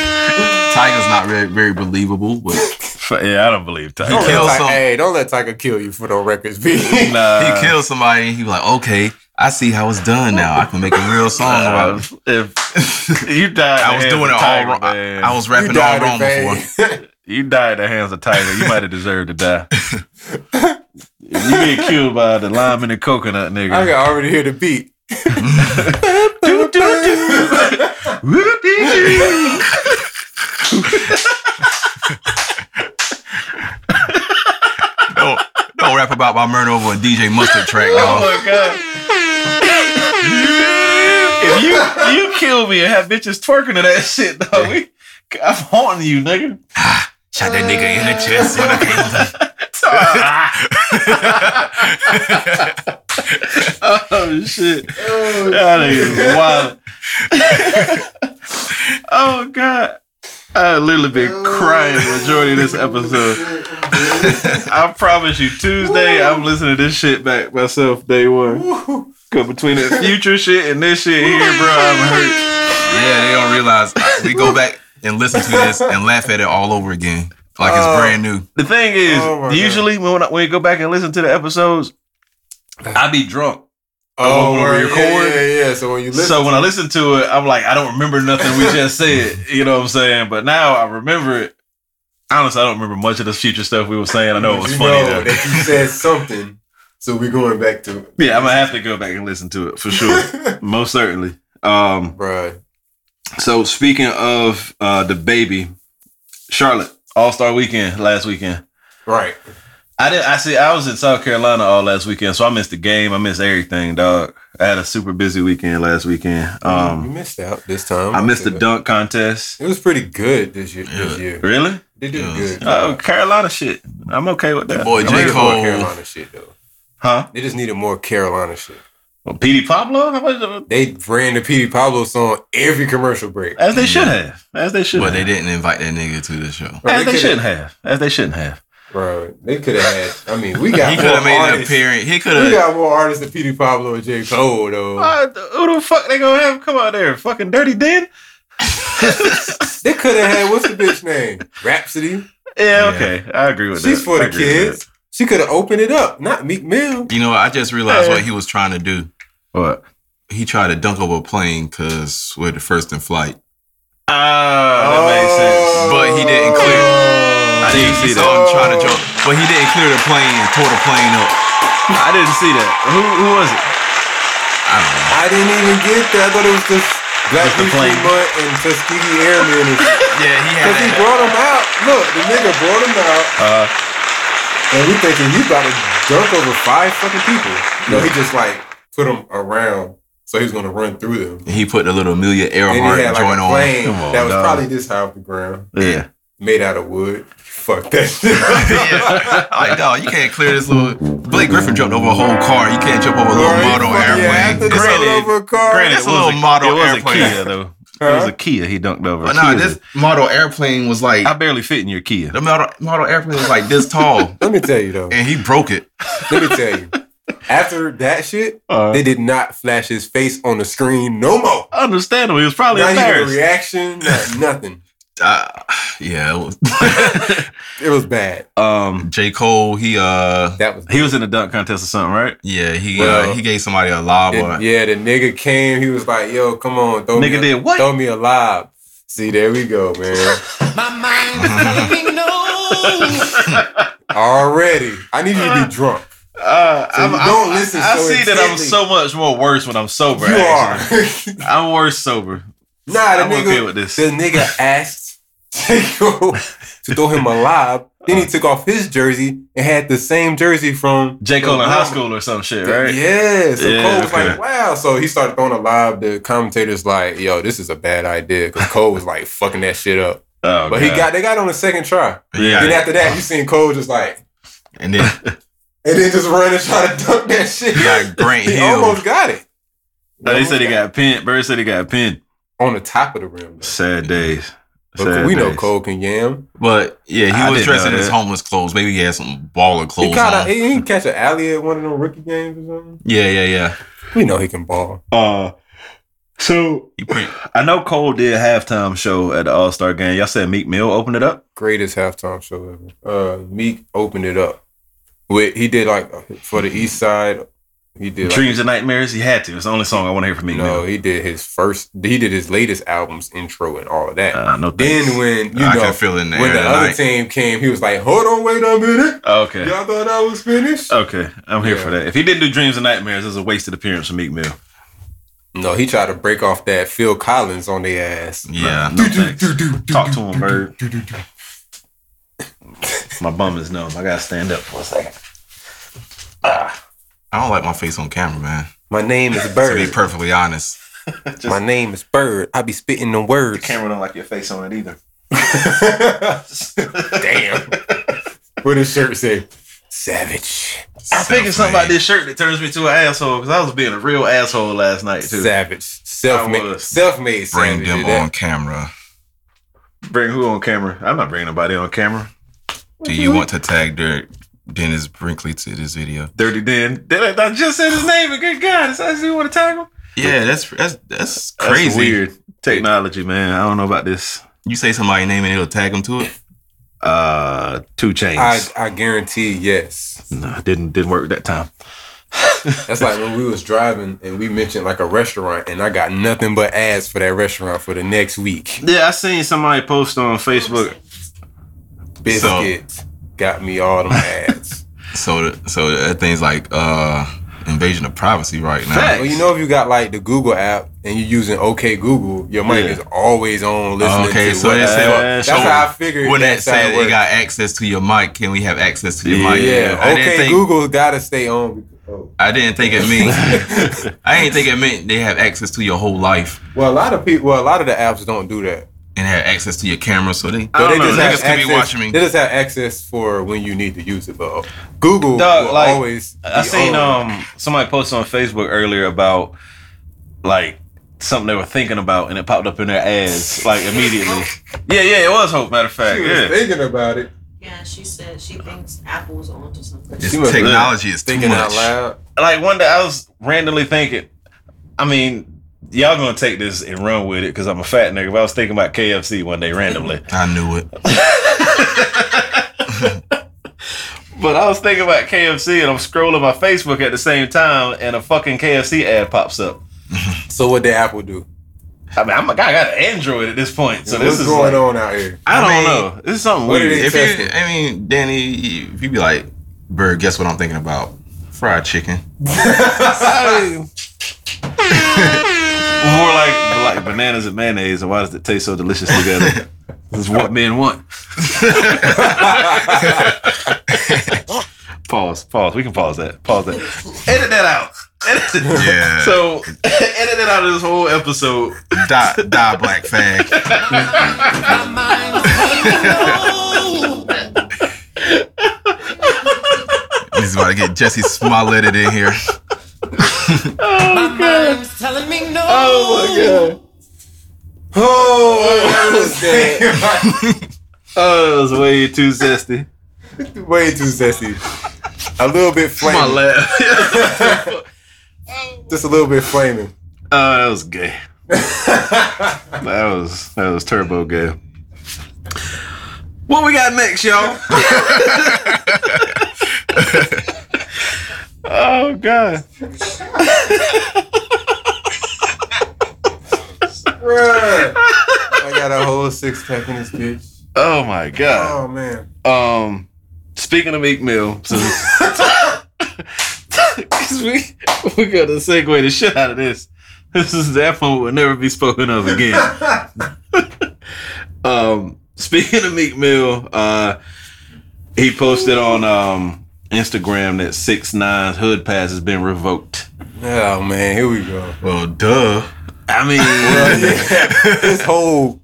Tiger's not very, very believable, but F- Yeah, I don't believe Tiger. don't Kill let Tiger, some- hey, don't let Tiger kill you for no records, [laughs] B. [laughs] Nah. he killed somebody. and He was like, okay, I see how it's done now. I can make a real song Uh, about it. if you died, [laughs] I was doing it all wrong. I, Man, I was rapping all died in wrong vain. [laughs] before. you die at the hands of Tiger. You might have deserved to die. you get killed by the lime and the coconut nigga. I [laughs] can already hear the [laughs] beat. [laughs] [laughs] Oh Don't, don't rap about my murder over a DJ Mustard track, dog. Oh my god. if you you kill me and have bitches twerking to that [laughs] shit, dog, we, I'm haunting you, nigga. Shot that nigga in the chest. when I came to- oh shit. That nigga's wild. oh god. I literally been crying the majority of this episode. I promise you, Tuesday I'm listening to this shit back myself day one. Cause between the future shit and this shit here, bro, I'm hurt. yeah, they don't realize. We go back and listen to this and laugh at it all over again. Like it's Oh. brand new. The thing is, Oh my God. usually when I, when you go back and listen to the episodes, I be drunk. Oh, when we yeah, record. Yeah, yeah, So when you listen, so when I listen to it, I'm like, I don't remember nothing we just [laughs] said. You know what I'm saying? But now I remember it. Honestly, I don't remember much of this future stuff we were saying. I know it was you funny know though. that you said something. So we're going back to Yeah, I'm gonna have to go back and listen to it for sure, [laughs] most certainly. Um, Bruh. so speaking of uh, the baby, Charlotte All Star Weekend last weekend. Right. I did. I see. I was in South Carolina all last weekend, so I missed the game. I missed everything, dog. I had a super busy weekend last weekend. you Um, missed out this time. I missed the It dunk contest. was pretty good this year. This year. Really? They did Yeah. good. Oh, Carolina shit. I'm okay with that. boy They J. needed more Cole. Carolina shit though. huh? They just needed more Carolina shit. Well, Petey Pablo, uh, How much- They ran the Petey Pablo song every commercial break. as they should have, as they should, But have. they didn't invite that nigga to the show. Bro, they as they coulda- shouldn't have, as they shouldn't have. Bro, they could have had. I mean, we got He could more have made an artists. appearance. He could We have. got more artists than Petey Pablo and J Cole though. Why- who the fuck they gonna have come out there? Fucking Dirty [laughs] Den? They could have had what's the bitch name? Rhapsody. Yeah, Yeah. okay, I agree with that. She's for the I agree with kids. She could have opened it up. Not Meek Mill. You know, I just realized what he was trying to do. that. What? He tried to dunk over a plane because we're the first in flight. Ah, Oh. that makes sense. But he didn't clear. I didn't He see that. saw him trying to jump, but he didn't clear the plane and tore the plane up. [laughs] I didn't see that. Who who was it? I I didn't even get that. I thought it was just Black Just the History plane. Month and Tuskegee Airmen. don't know. Yeah, he Because he had. brought him out. Look, the nigga brought him out. Uh, And we thinking you about to dunk over five fucking people. No, he just like put them around. So he was going to run through them. That, he put the little Amelia And he had Earhart like joint a on. plane Come on, that [laughs] was dog. probably this high off the ground, yeah. made out of wood. Fuck that shit. Yeah. like, dog, you can't clear this little. Blake Griffin jumped over a whole car. You can't jump over a little Right? model Fuck yeah, I airplane. had to It's drill a- over a car. granted, That's a little model It was airplane. a Kia though. It was a Kia. He dunked over. But nah, Kia's this model airplane was like a- I barely fit in your Kia. the model, model airplane was like this tall, Let me tell you though. and he broke it. Let me tell you. After that shit, Uh, they did not flash his face on the screen no more. Understandable. He was probably Not even a embarrassed. reaction, [laughs] not nothing. Uh, yeah, it was, It was bad. Um, J Cole. He uh, That was he was in a dunk contest or something, right? yeah, he Well, uh, he gave somebody a lob. The- or- yeah, the nigga came. He was like, "Yo, come on, throw me, Nigga a, did what? throw me a lob." See, there we go, man. My mind is saying no. Already, I need you to be [laughs] drunk. Uh, So you don't listen I, I so see that I'm intently. so much more worse when I'm sober. you [laughs] are. actually. I'm worse sober. [laughs] nah, the I'm nigga. okay with this. The nigga asked [laughs] Jaco to throw him a lob. Then he took off his jersey and had the same jersey from J Cole in the- high school or some shit, right? Yeah. So Yeah, Cole was okay. like, wow. So he started throwing a lob. The commentators like, yo, this is a bad idea. Cause Cole was like fucking that shit up. Oh, But he God. got they got on the second try. Yeah. Then after that, you seen Cole just like And then and then just run and try to dunk that shit. you got Grant [laughs] he Hill. almost got it Oh, they said he got pinned. Bird said he got pinned. on the top of the rim. though. Sad days. But Sad we know days. Cole can yam. But yeah, he I was didn't know dressed in his that. homeless clothes. Maybe he had some baller He clothes caught on. a, he didn't catch an alley at one of them rookie games or something. yeah, yeah, yeah. We know he can ball. Uh, so He pretty, I know Cole did a halftime show at the All Star game. Y'all said Meek Mill opened it up. greatest halftime show ever. Uh, Meek opened it up. With he did like for the East Side, he did. Like, Dreams and Nightmares. He had to. It's the only song I want to hear from Meek no, Mill. he did his first. He did his latest album's intro and all of that. Uh, no thanks. then when you I know can feel it in the when air the other tonight. team came, he was like, "Hold on, wait a minute, Okay. y'all thought I was finished." Oh. Okay. I'm here Yeah. for that. If he didn't do Dreams and Nightmares, it was a wasted appearance from Meek Mill. No, he tried to break off that Phil Collins on their ass. yeah, No thanks. Talk to him, Bird. My bum is numb. I gotta stand up for a second. [laughs] I don't like my face on camera, man. My name [laughs] is To be Bird. perfectly honest, My name is Bird. I be spitting the words. don't like your face on it either. Damn. what his shirt say? Savage. I think it's something about this shirt that turns me to an asshole because I was being a real asshole last night too. Savage, I self-made, was. self-made Bring savage. them That- on camera. Bring who on camera? I'm not bringing nobody on camera. Do you want to tag Derek Dennis Brinkley to this video? Dirty Dan. Did I, I just said his name. And good God, is that you want to tag him? Yeah, that's that's that's That's crazy. weird technology, man. I don't know about this. You say somebody's name and it'll tag them to it. Uh, two chains. I, I guarantee yes. no, didn't didn't work that time. That's like when we was driving and we mentioned like a restaurant, and I got nothing but ads for that restaurant for the next week. Yeah, I seen somebody post on [laughs] Facebook. Biscuit got me all them [laughs] ads. So th- so that thing's like uh invasion of privacy right now. Fact. well, you know if you got like the Google app and you using OK Google, your mic Yeah. is always on listening Oh, Okay, to so what they the say- fuck- uh, That's so how I figured When that that's how it said they works. got access to your mic, can we have access to your mic? yeah, I didn't OK think, Google gotta stay on. Oh. I didn't think it [laughs] meant. I didn't think it meant they have access to your whole life Well, a lot of people, well, a lot of the apps don't do that. and have access to your camera. So they. So I don't they know. just niggas have could be access, watching me. They just have access for when you need to use it, but Google Dog, will like, always. I be seen on. um somebody posted on Facebook earlier about like something they were thinking about and it popped up in their ads like immediately. Yeah, yeah, it was hope. Matter of fact, She was yeah. thinking about it, Yeah, she said she thinks Apple's onto something. This She must- technology is too thinking out much. loud. Like one day I was randomly thinking. I mean, y'all gonna take this and run with it because I'm a fat nigga. But I was thinking about KFC one day randomly. I knew it. [laughs] But I was thinking about KFC and I'm scrolling my Facebook at the same time and a fucking KFC ad pops up. So what did Apple do? I mean, I'm a guy. I got an Android at this point, so What's this is going like- on out [laughs] here? [laughs] I don't I mean, know. This is something what it weird. is. If you, Testing. I mean, Danny, you- if you be like, Bird, guess what I'm thinking about? Fried chicken. More like like bananas and mayonnaise, and why does it taste so delicious [laughs] together? this is what men want. pause, pause. We can pause that. Pause that. Edit that out. Edit it. Yeah. So [laughs] edit it out of this whole episode. Die, die black fag. Oh, He's about to get Jesse Smollett in here. telling me no. Oh my god. Oh, it was way too zesty. Way too zesty. A little bit [laughs] My flaming. laugh. Just a little bit flaming. Oh, that was gay. that was that was turbo gay. What we got next, y'all? [laughs] oh god. Bruh. I got a whole six pack in this bitch. Oh my god. Oh man. Um speaking of Meek Mill, [laughs] since- [laughs] 'cause we we gotta segue the shit out of this. This is that one will never be spoken of again. um speaking of Meek Mill, uh he posted on um Instagram that six nine hood pass has been revoked. Oh man. Here we go. [laughs] Well, duh. I mean this whole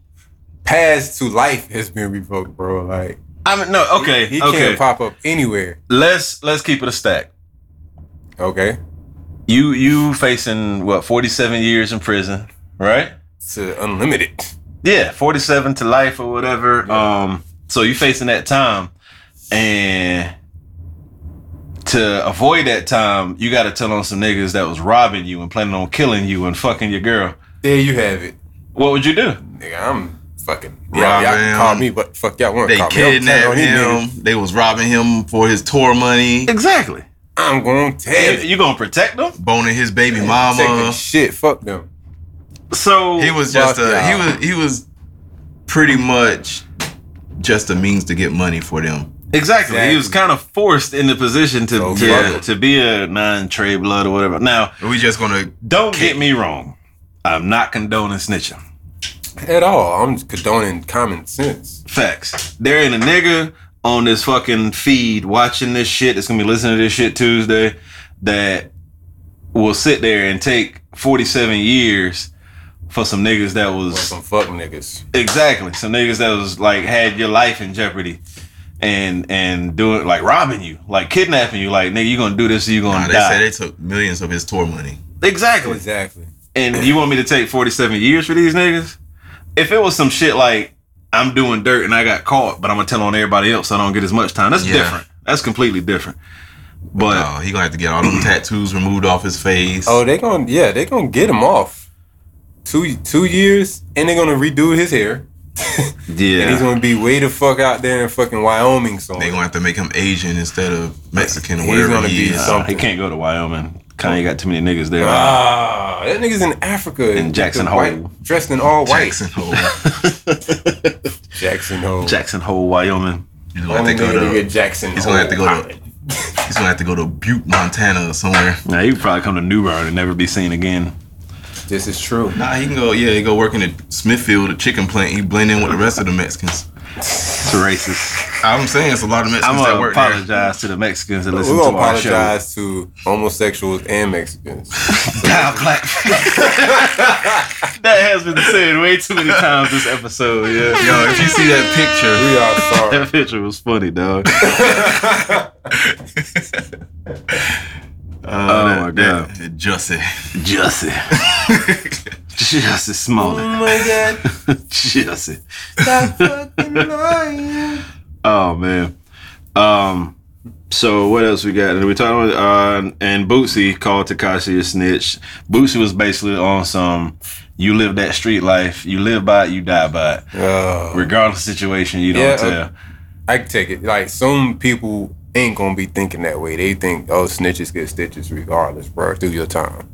path to life has been revoked, bro. Like [laughs] I mean, no, okay, he okay. can't pop up anywhere. let's let's keep it a stack. Okay. You you facing what forty seven years in prison, right? To unlimited. Yeah, forty seven to life or whatever. Um, so you facing that time, and to avoid that time, you got to tell on some niggas that was robbing you and planning on killing you and fucking your girl. There you have it. What would you do? Nigga, I'm fucking yeah, y'all Rob can call him. me, but fuck y'all want to They call me. I'm telling kidnapped these niggas, him. They was robbing him for his tour money, Exactly. I'm gonna tell You, you. you gonna protect them? boning his baby Take the mama. shit, fuck them. So He was just Fuck a he y'all. was he was pretty much just a means to get money for them. Exactly. He was Exactly. kind of forced in the position to So to- fuck it. to be a non trade blood or whatever. Now, We just gonna don't get me wrong. I'm not condoning snitching. At all. I'm condoning common sense. Facts. There ain't a nigga on this fucking feed watching this shit that's gonna be listening to this shit Tuesday that will sit there and take 47 years for some niggas that With was some fuck niggas. exactly some niggas that was like had your life in jeopardy and and doing like robbing you like kidnapping you like nigga you gonna do this or you Nah, gonna they die say they took millions of his tour money. exactly Exactly. and you want me to take 47 years for these niggas? If it was some shit like I'm doing dirt and I got caught, but I'm gonna tell on everybody else so I don't get as much time. That's Yeah. different. That's completely different. But Oh, he gonna have to get [clears throat] all them tattoos removed off his face. Oh, they gonna yeah, they gonna get him off. Two two years, and they're gonna redo his hair. yeah, And he's gonna be way the fuck out there in fucking Wyoming They somewhere. gonna have to make him Asian instead of Mexican or He's whatever gonna he be is. some- Nah, he can't go to Wyoming. Kanye got too many niggas there. Ah, that nigga's in Africa. In Jackson Fucking white- Hole. Dressed in all white. Jackson [laughs] Hole. You Jackson Hole. [laughs] Jackson Hole, Wyoming. gonna have Only to nigga go to to get Jackson he's gonna have to Hole. go to he's gonna have to go to Butte, Montana or somewhere. Now he could probably come to New Bern and never be seen again. This is true. Nah, he can go. Yeah, he go work in the Smithfield, a chicken plant. He blend in with the rest of the Mexicans. It's racist. I'm saying it's a lot of I'm Mexicans that gonna work there. apologize to the Mexicans that listen We're to gonna our show. apologize to homosexuals and Mexicans. Die black. [laughs] that has been said way too many times this episode. Yeah. Yo, if you see that picture, We are [laughs] sorry. That picture was [laughs] funny, dog. Oh, uh, my that- that- [laughs] Jussie. [laughs] Jussie. Jussie Smollett. Oh my god. Jussie. [laughs] Oh man. Um. So what else we got? We talking about uh, and Bootsy called Takashi a snitch. Bootsy was basically on some. You live that street life. You live by it. You die by it. Oh. Uh, Regardless of situation, you don't Yeah, tell. uh, I can take it. Like some people ain't gonna be thinking that way. They think, oh, snitches get stitches regardless, bro, through your time.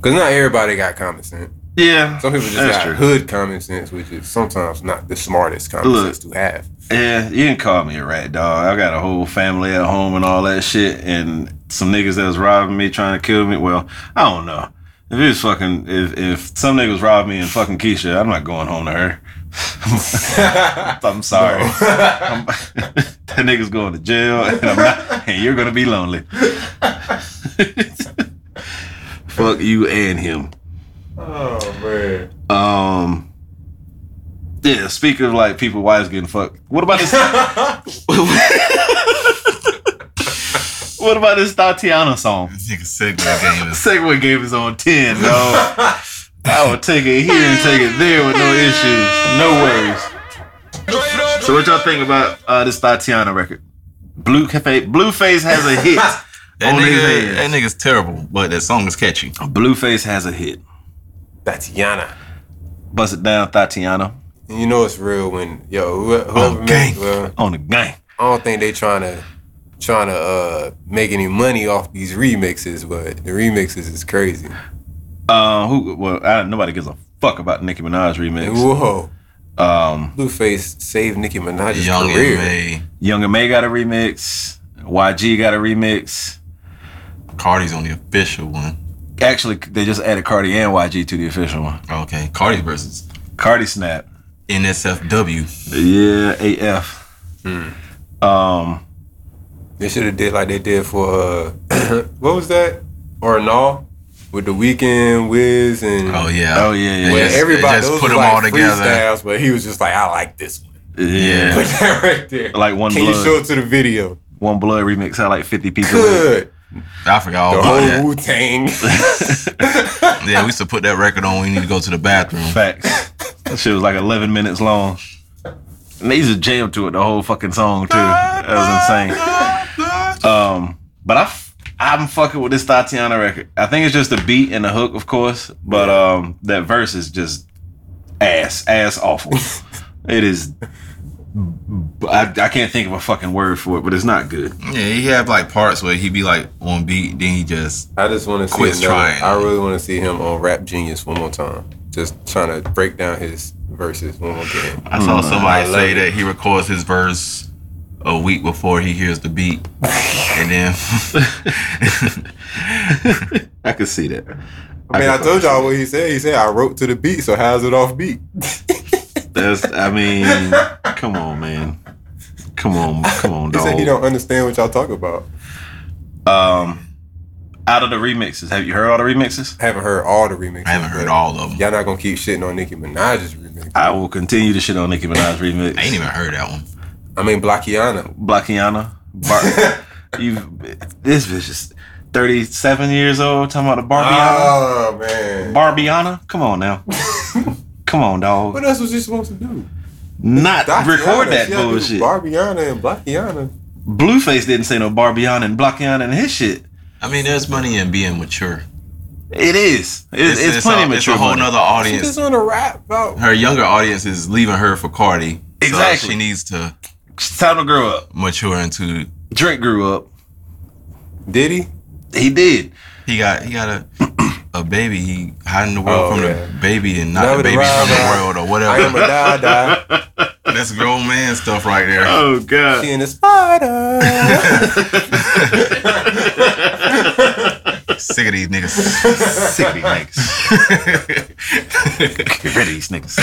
Cause not everybody got common sense. yeah. Some people just that's got true. hood common sense, which is sometimes not the smartest common Look. sense to [laughs] have. Yeah, you can call me a rat dog. I got a whole family at home and all that shit, and some niggas that was robbing me, trying to kill me. Well, I don't know. If it was fucking, if if some niggas robbed me and fucking Keisha, I'm not going home to her. [laughs] I'm sorry. [laughs] I'm- that nigga's going to jail, and I'm not, and you're gonna be lonely. [laughs] Fuck you and him. Oh man. Um. Yeah, speaking of like people wives getting fucked. What about this? what about this Tatiana song? This nigga segway game is Segway gave his on ten, dog. I would take it here and take it there with no issues, no worries. So what y'all think about uh, this Tatiana record? Blue Cafe, Blueface has a hit. on that his nigga. hands. That nigga's terrible, but that song is catchy. Blueface has a hit. Tatiana. Bust it down, Tatiana. And you know it's real when yo whoever, whoever Oh, makes, gang. well, On the gang. I don't think they trying to trying to uh, make any money off these remixes, but the remixes is crazy. Uh, who? Well, I, nobody gives a fuck about Nicki Minaj remix. Whoa. Um, Blueface saved Nicki Minaj's Young career. and May, Younger May got a remix. YG got a remix. Cardi's on the official one. Actually, they just added Cardi and YG to the official one. Okay, Cardi versus Cardi Snap. NSFW. Yeah, Hmm. AF. Um, [clears throat] They should have did like they did for uh, what was that? Or no? with the weekend Wiz and Oh yeah. Oh yeah, yeah, Well, They yeah. just- they everybody just those put was them like all together. freestyles, but he was just like, I like this one. [laughs] Yeah. Put that right there. Like one Can you blood, show it to the video? one blood remix had like fifty people. in it. [laughs] Good. I forgot all The about whole that. Wu [laughs] Tang. Yeah, we used to put that record on. when We need to go to the bathroom. [laughs] Facts. That shit was like eleven minutes long. And they used to jam to it the whole fucking song too. That was insane. Um, but I, f- I'm fucking with this Tatiana record. I think it's just the beat and the hook, of course. But um, that verse is just ass, ass awful. it is. I, I can't think of a fucking word for it, but it's not good. Yeah, he had like parts where he'd be like on beat, then he just [laughs] I just want to see Quit another, trying. I really want to see him on Rap Genius one more time. Just trying to break down his verses one more time. I saw somebody Mm, I love say it. that he records his verse a week before he hears the [laughs] beat, and then [laughs] I could see that. I mean, I told y'all what he said. He said I wrote to the beat, so how's it off beat? That's. I mean, come on, man. Come on, come on, He dog. said he don't understand what y'all talk about. Um, out of the remixes, have you heard all the remixes? I haven't heard all the remixes. I haven't heard but all of them. Y'all not gonna keep shitting on Nicki Minaj's remix. I will continue to shit on Nicki Minaj remix. I ain't even heard that one. I mean, Blackiana. Blackiana. [laughs] [laughs] Bar- you, this bitch is thirty-seven years old. Talking about a Barbiana. Oh man. Barbiana, come on now. come on, dog. What else was you supposed to do? Not Daciana, record that she gotta do bullshit. Barbiana and Blackiana. Blueface didn't say no Barbiana and Blackiana and his shit. I mean, there's money in being mature. It is. It- it's, plenty a, mature. It's a whole money. nother She audience. just want to rap about. Her younger audience is leaving her for Cardi. so Exactly. she needs to It's time to grow up. mature into. Drake grew up. Did he? He did. He got he got a a baby. He hiding the world Oh, from yeah. the baby and not Never the the baby ride, from the ride. world or [laughs] I [laughs] am a whatever. die die. That's grown man stuff right there. Oh god. She in the spider. [laughs] Sick of these [laughs] niggas. Sick of these niggas. Get rid of these niggas.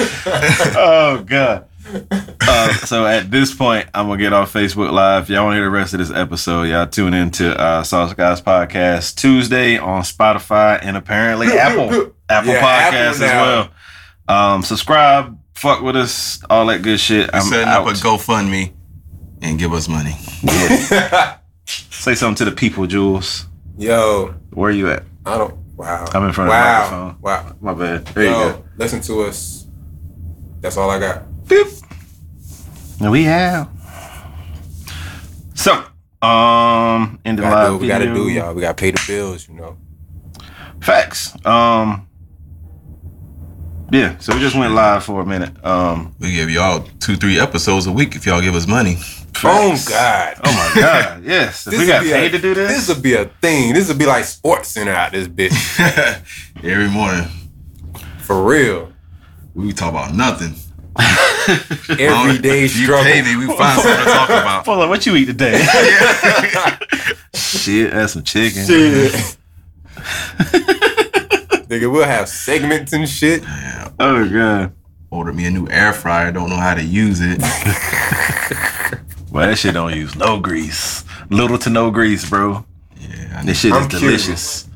oh god. Uh, so at this point, I'm gonna get off Facebook Live. Y'all want to hear the rest of this episode? Y'all tune in to uh, Sauce Guys Podcast Tuesday on Spotify and apparently Apple Apple Yeah, Podcasts Apple now. as well. Um, subscribe, fuck with us, all that good shit. I'm setting out. up a GoFundMe and give us money. Say something to the people, Jules. Yo, Where you at? I don't. Wow. I'm in front of the wow. microphone. Wow. My bad. There Yo, you go. listen to us. That's all I got. No, we have. So, um, end We of gotta, live. do what we gotta video. do, y'all. We gotta pay the bills, you know. Facts. Um, yeah. So we just went live for a minute. Um, We give y'all two, three episodes a week if y'all give us money. [laughs] Oh facts. God. Oh my [laughs] god. Yes. If we got would be paid a, to do this. This would be a thing. This would be like Sports Center out this [laughs] bitch. Every morning. For real. We talk about nothing. Everyday you struggle. pay [laughs] me, we find something to [laughs] talk about. Fuller, what you eat today? Shit, that's some chicken. Shit. [laughs] Nigga, we'll have segments and shit. Oh god. Order me a new air fryer, don't know how to use it. Well, that shit don't use no grease. Little to no grease, bro. Yeah, I, This shit I'm is curious. delicious.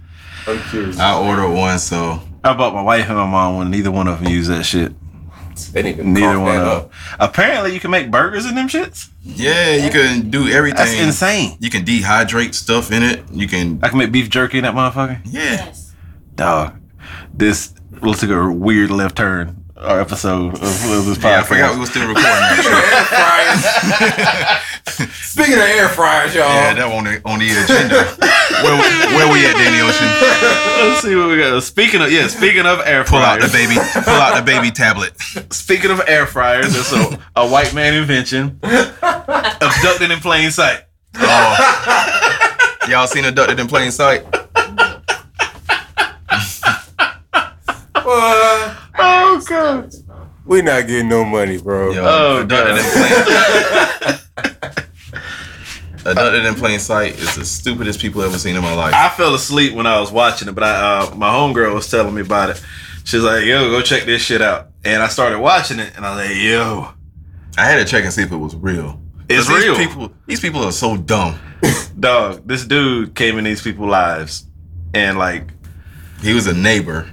I'm curious. I ordered one, so I bought my wife and my mom one. Neither one of them use that shit. They need to Neither cough one that of up. them. Apparently, you can make burgers in them shits. yeah, you can do everything. That's insane. You can dehydrate stuff in it. You can, I can make beef jerky in that motherfucker. yeah. Yes. Dog, this looks like a weird left turn. Our episode of, of [laughs] this podcast. Yeah, I forgot we were still recording. that. [laughs] Air fryers. [laughs] Speaking of air fryers, y'all. yeah, that on the on the agenda. where, we- where we at, Danny Ocean? Let's see what we got. Speaking of yeah, speaking of air Pull out fryers. the baby, pull out the baby tablet. Speaking of air fryers, it's a, a white man [laughs] invention. Abducted in plain sight. Oh. Y'all seen Abducted in Plain Sight? What? Oh That god. was fun. we not getting no money, bro. Yo, Oh, Abducted in Plain Abducted in Plain Sight is the stupidest people I've ever seen in my life. I fell asleep when I was watching it, but I, uh, my homegirl was telling me about it. She's like, "Yo, go check this shit out," and I started watching it, and I was like, "Yo, I had to check and see if it was real. It's These real. people, these people are so dumb. Dog, this dude came in these people's lives and like He was a neighbor.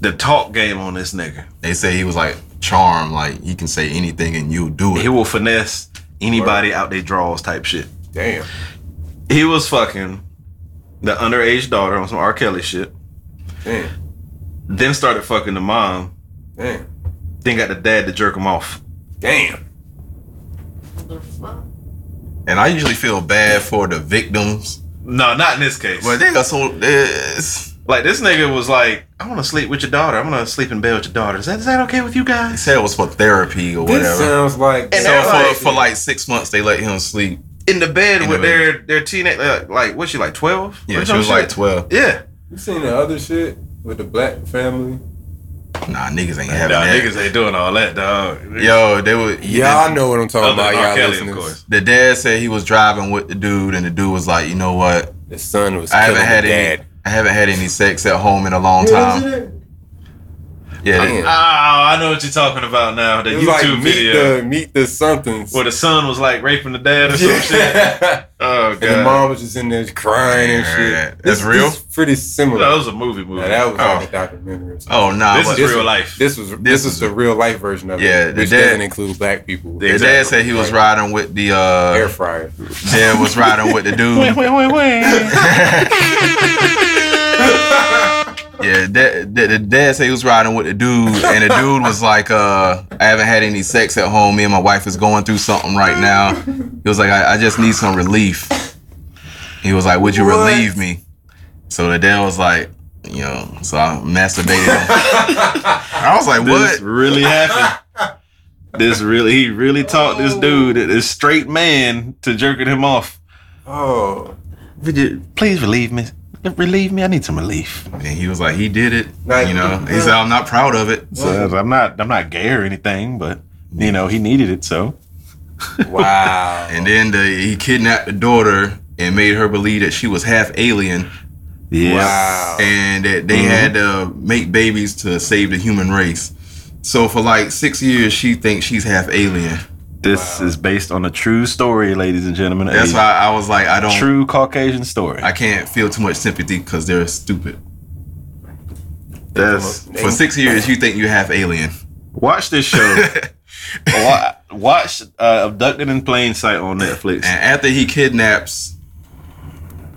the talk game on this nigga. They say he was like charm, like he can say anything and you'll do He it. will finesse anybody out their draws type shit. Damn. He was fucking the underage daughter on some R. Kelly shit. Damn. Then started fucking the mom. Damn. Then got the dad to jerk him off. Damn. The fuck? And I usually feel bad for the victims, No, not in this case. but they are so. It's, like this nigga was like, I want to sleep with your daughter. I'm gonna sleep in bed with your daughter. Is that is that okay with you they guys? said it was for therapy or This uh, whatever. sounds like And So they're for like- for like six months, they let him sleep. In the bed In with the bed. their their teenage like, like what she like twelve? Yeah, she was like twelve. Yeah. you seen the other shit with the black family. Nah, niggas ain't having that. ain't doing all that, dog. Yo, they were. Yeah, I know what I'm talking Other about. than R. Y'all Kelly, of listeners. course. The dad said he was driving with the dude, and the dude was like, "You know what? The son was I killing haven't had the any. dad. I haven't had any sex at home in a long time." Yeah, they- Damn. Ah, I know what you're talking about now. The It was YouTube like meet video the meet the somethings. [laughs] where the son was like raping the dad or some [laughs] shit. Yeah. Oh god, and the mom was just in there crying and Yeah, shit. yeah. That's This- real? This pretty similar. that was a movie movie. Now, that was Oh. like a documentary. or something. oh nah, this but- is this real is- life. This was this, This is is- the real life version of Yeah, it, the which dad- doesn't include black people. Yeah. the Exactly. dad said he was riding with the Air uh, fryer. dad was riding with [laughs] the dude. Yeah, dad, the, the dad said he was riding with the dude, and the dude was like, uh, I haven't had any sex at home. Me and my wife is going through something right now. He was like, I, I just need some relief. He was like, Would you relieve me? So the dad was like, you know, so I masturbated. him. I was like, This What? really happened. [laughs] This really, he really taught this dude, this straight man, to jerking him off. Oh, Would you please relieve me? Relieve me. I need some relief. And he was like, He did it. Like- you know, he said, I'm not proud of it. So I'm not, I'm not gay or anything, but you know, he needed it. So wow. [laughs] And then the, he kidnapped the daughter and made her believe that she was half alien yeah, Wow. and that they had to make babies to save the human race. So for like six years, she thinks she's half alien. this is based on a true story, ladies and gentlemen. That's A why I was like, I don't, True Caucasian story. I can't feel too much sympathy because they're stupid. That's For six years, you think you half alien. Watch this show. [laughs] Wa- Watch uh, Abducted in Plain Sight on Netflix. [laughs] And after he kidnaps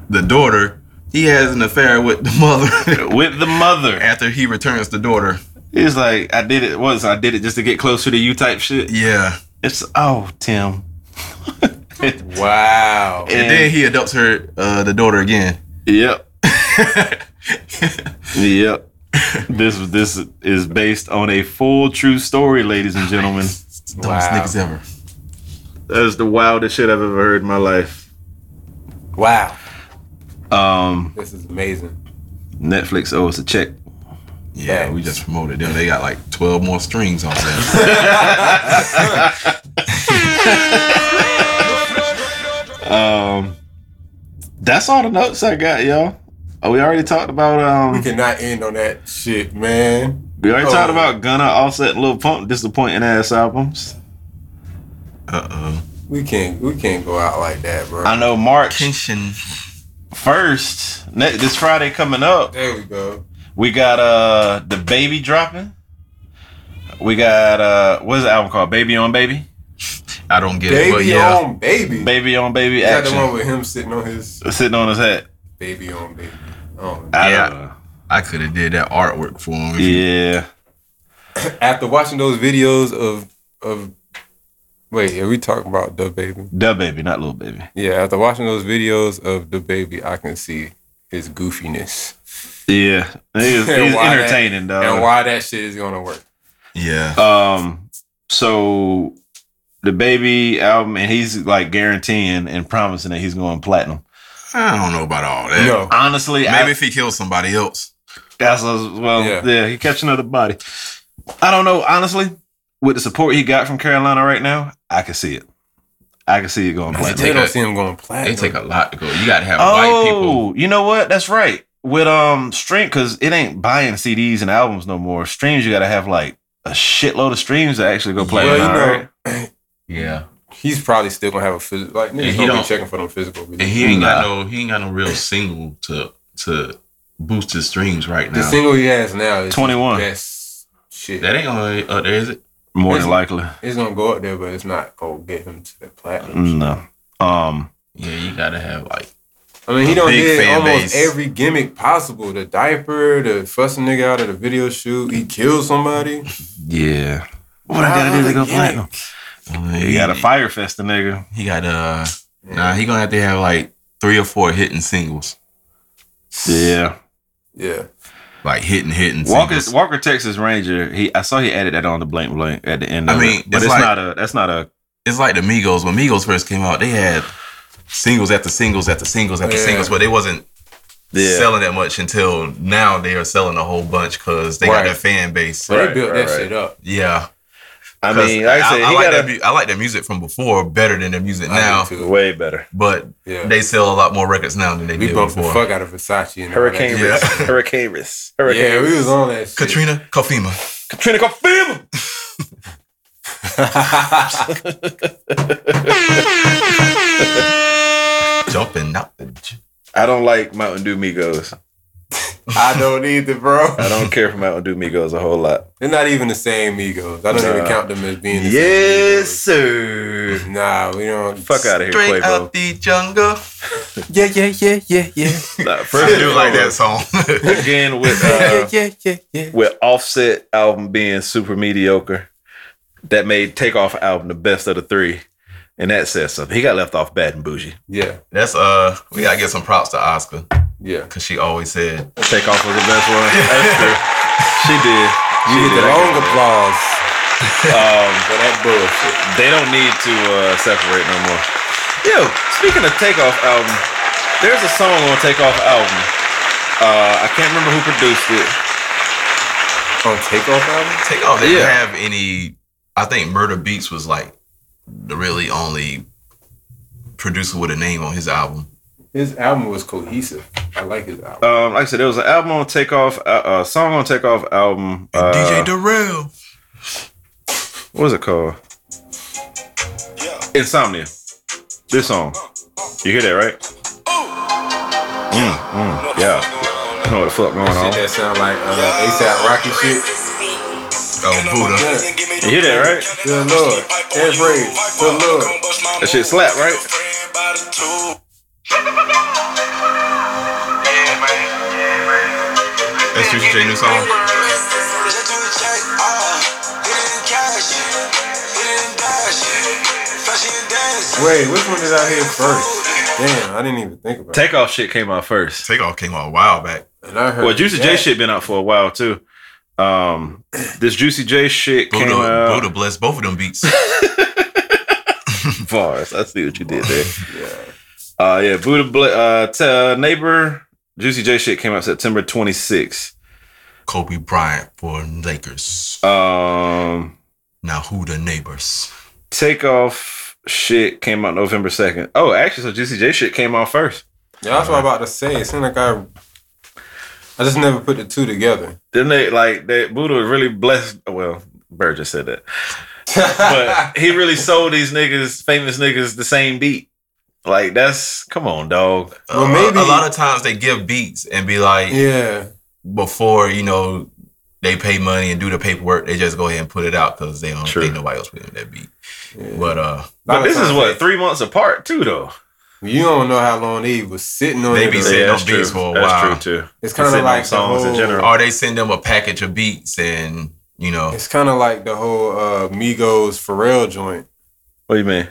the daughter, he has an affair with the mother. With the mother. [laughs] after he returns the daughter, He's like, I did it. What is it? I did it just to get closer to you type shit. yeah. It's, oh, Tim. [laughs] and, Wow. And, then he adopts her, uh, the daughter again. [laughs] Yep. Yep. this this is based on a full true story, ladies and gentlemen. Dumbest Wow. niggas ever. That's the wildest shit I've ever heard in my life. Wow. Um, This is amazing. Netflix owes a [laughs] check. Yeah, we just promoted them. They got like 12 more strings on them. [laughs] Um, that's all the notes I got, y'all. Oh, we already talked about um. We cannot end on that shit, man. We already Oh. talked about Gunna, Offset, and Lil Pump disappointing ass albums. Uh oh. We can't we can't go out like that, bro. I know March Tension. first, ne- this Friday coming up, There we go. we got uh the baby dropping. We got uh what's the album called? Baby on Baby, I don't get it, but Baby yeah. on baby. Baby on Baby Is that the one action. with him sitting on his Sitting on his hat. baby on baby? Oh, I Yeah. don't know. I could have did that artwork for him. yeah. after watching those videos of of wait, are we talking about the baby? The baby, not little baby. Yeah, after watching those videos of the baby, I can see his goofiness Yeah, he's, And [laughs] he's why that- entertaining, and Uh, dog. why that shit is gonna work. Yeah. Um, so the baby album, and he's like guaranteeing and promising that he's going platinum. I don't know about all that. No, Honestly, I- Maybe if he kills somebody else. That's a, well, yeah. Yeah. He catching another body. I don't know, honestly. With the support he got from Carolina right now, I can see it. I can see it going They they platinum. take don't a- see him going They platinum. take a lot to go. You got to have white people. Oh, you know what? That's right. With um stream, because it ain't buying CDs and albums no more. Streams, you gotta have like a shitload of streams to actually go platinum. Well, you know, all right? Yeah. he's probably still gonna have a physical. Like niggas he gonna be don't- checking for them physical. And he ain't got no he ain't got no real single to to boost his streams right the now. single he has now is 21. That's shit. that ain't gonna up there, is it? More Listen. than likely. it's gonna go up there, but it's not gonna get him to the platinum. Mm. No. Um, Yeah, you gotta have like I mean, A he done big did fan almost base. every gimmick possible. The diaper, the fuss a nigga out of the video shoot. He killed somebody. yeah. What I gotta do to go platinum? uh, You gotta fire fest the nigga. He got uh nah he gonna have to have like three or four hitting singles. Yeah. Yeah. Like hitting hitting Walker singles. Walker Texas Ranger. He I saw he added that on the blank blank at the end. I Of mean, it. but it's it's, like- not a that's not a It's like the Migos. When Migos first came out, they had singles after singles after singles after Yeah. singles, but they wasn't Yeah. selling that much until now they are selling a whole bunch because they got Right. their fan base. So they Right, built right, that right. shit up. Yeah. I 'Cause mean, like I said, I, he like got their, mu- I like their music from before better than their music I now, need to. a way better. but Yeah. they sell a lot more records now than they we did bumped the before. fuck out of Versace and all that Yeah. shit. [laughs] Hurricane Risk. Yeah, we was on that shit. Katrina Kofima. Katrina Confirm. Jumping out the j- I don't like Mountain Dew Migos. [laughs] I don't need the [laughs] bro. I don't care for Mountain Dew Migos a whole lot. They're not even the same Migos. I don't even Nah. count them as being the [laughs] Yes, yes. sir. same Migos. Nah, we don't. Fuck out of here, straight Quavo. out the jungle. Yeah, yeah, yeah, yeah, yeah. Nah, I first do like [laughs] that song. [laughs] Again with uh, [laughs] yeah, yeah, yeah. with Offset album being super mediocre, that made Takeoff album the best of the three, and that says something. He got left off bad and bougie. Yeah, That's uh, we gotta give some props to Oscar yeah. because she always said Takeoff was the best one. [laughs] That's true. She did. She You get did. the long applause Um, for that bullshit. they don't need to uh, separate no more. Yo, speaking of Takeoff album, there's a song on Takeoff album. Uh, I can't remember who produced it. On Takeoff album? take off. They Yeah. didn't have any. I think Murder Beats was like the really only producer with a name on his album. His album was cohesive. I like his album. Um, like I said, there was an album on Takeoff, a uh, uh, song on Takeoff album. And Uh, DJ Darrell. What was it called? Insomnia. This song. You hear that, right? Mm, mm, yeah. You know what the fuck going Shit on. that sound like uh, ASAP Rocky shit. Oh Buddha. You hear that, right? Good Lord. That phrase. Good Lord. That shit slap, right? That's Juicy J new song. Wait, which one did I hear first? Damn, I didn't even think about it. Takeoff shit came out first. Take off came out a while back. And I heard Well, Juicy J that. shit been out for a while too. Um, this Juicy J shit came Buddha, out. Buddha blessed both of them beats. Bars. I see what you did there. Yeah. Uh, yeah, Buddha Bla- uh, t- uh, neighbor. Juicy J shit came out September 26th. Kobe Bryant for Lakers. Um, Now who the neighbors? Takeoff shit came out November 2nd. Oh, actually, so Juicy J shit came out first. Yeah, that's what I'm about to say. It seemed like I, I just never put the two together. [laughs] Then they like they Buddha was really blessed. Well, Bird just said that. [laughs] But he really sold these niggas, famous niggas, the same beat. Like that's come on, dog. Well, Uh, maybe- a lot of times they give beats and be like, yeah, before you know they pay money and do the paperwork, they just go ahead and put it out because they don't True. think nobody else put in that beat. But uh, But Lot of this is times what, three months apart too though. you don't know how long they was sitting on. They it. be though. sitting- that's on beats for a That's while. true too. It's kind of sitting like on the songs in whole, general. or they send them a package of beats and you know It's kind of like the whole uh, Migos Pharrell joint. What do you mean?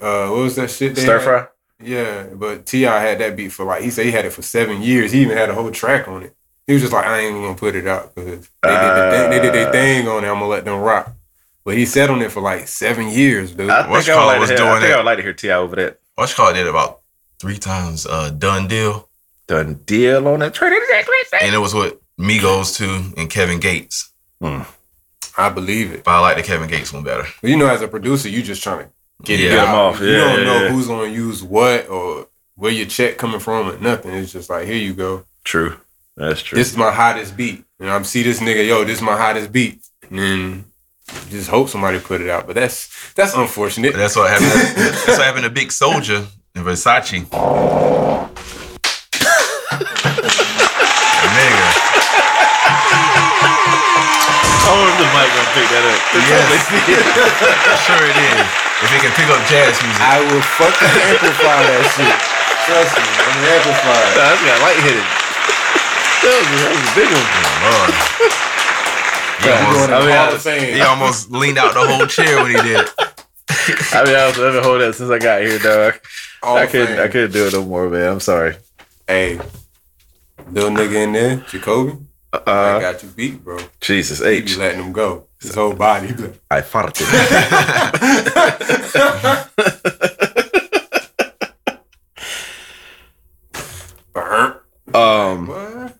Uh, what was that shit? they Stir had? fry? Yeah, but Ti had that beat for like he said he had it for seven years. He even had a whole track on it. He was just like, I ain't even gonna put it out because they, did the thing- they Ah. did their thing on it. I'm gonna let them rock. But he sat on it for like seven years, dude. I What's think I would called like was to hear, doing I think that. I would like to hear Ti over that. what you call it did about three times uh done deal Done deal on that trade. and it was with Migos too and Kevin Gates. I believe it. But I like the Kevin Gates one better. But you know, as a producer, you just trying to get Yeah. it Get 'em out. off. You Yeah, don't yeah, know yeah. who's gonna use what or where your check coming from or nothing. It's just like, here you go. True. That's true. This is my hottest beat. And I'm see this nigga, yo, this is my hottest beat. And then just hope somebody put it out. But that's that's unfortunate. That's what happened. That's what happened to Big Soldier and Versace. [laughs] Nigga. Oh, the mic gonna pick that up. Yes. I'm sure it is. If it can pick up jazz music. I will fucking amplify that shit. Trust me, I'm gonna amplify. it. Nah, that's got light hit it. That was, that was a big one. Lord. He Going almost, to I mean, Hall I- of Fame. he almost leaned out the whole chair when he did it. I mean, I was living hold that since I got here, dog. Hall I of couldn't, I Fame. couldn't do it no more, man. I'm sorry. Hey, little nigga in there, Jacoby, I Uh, got you beat, bro. Jesus He be H. letting him go. His whole body. he be like, I [laughs] farted. "Burp." Um, What?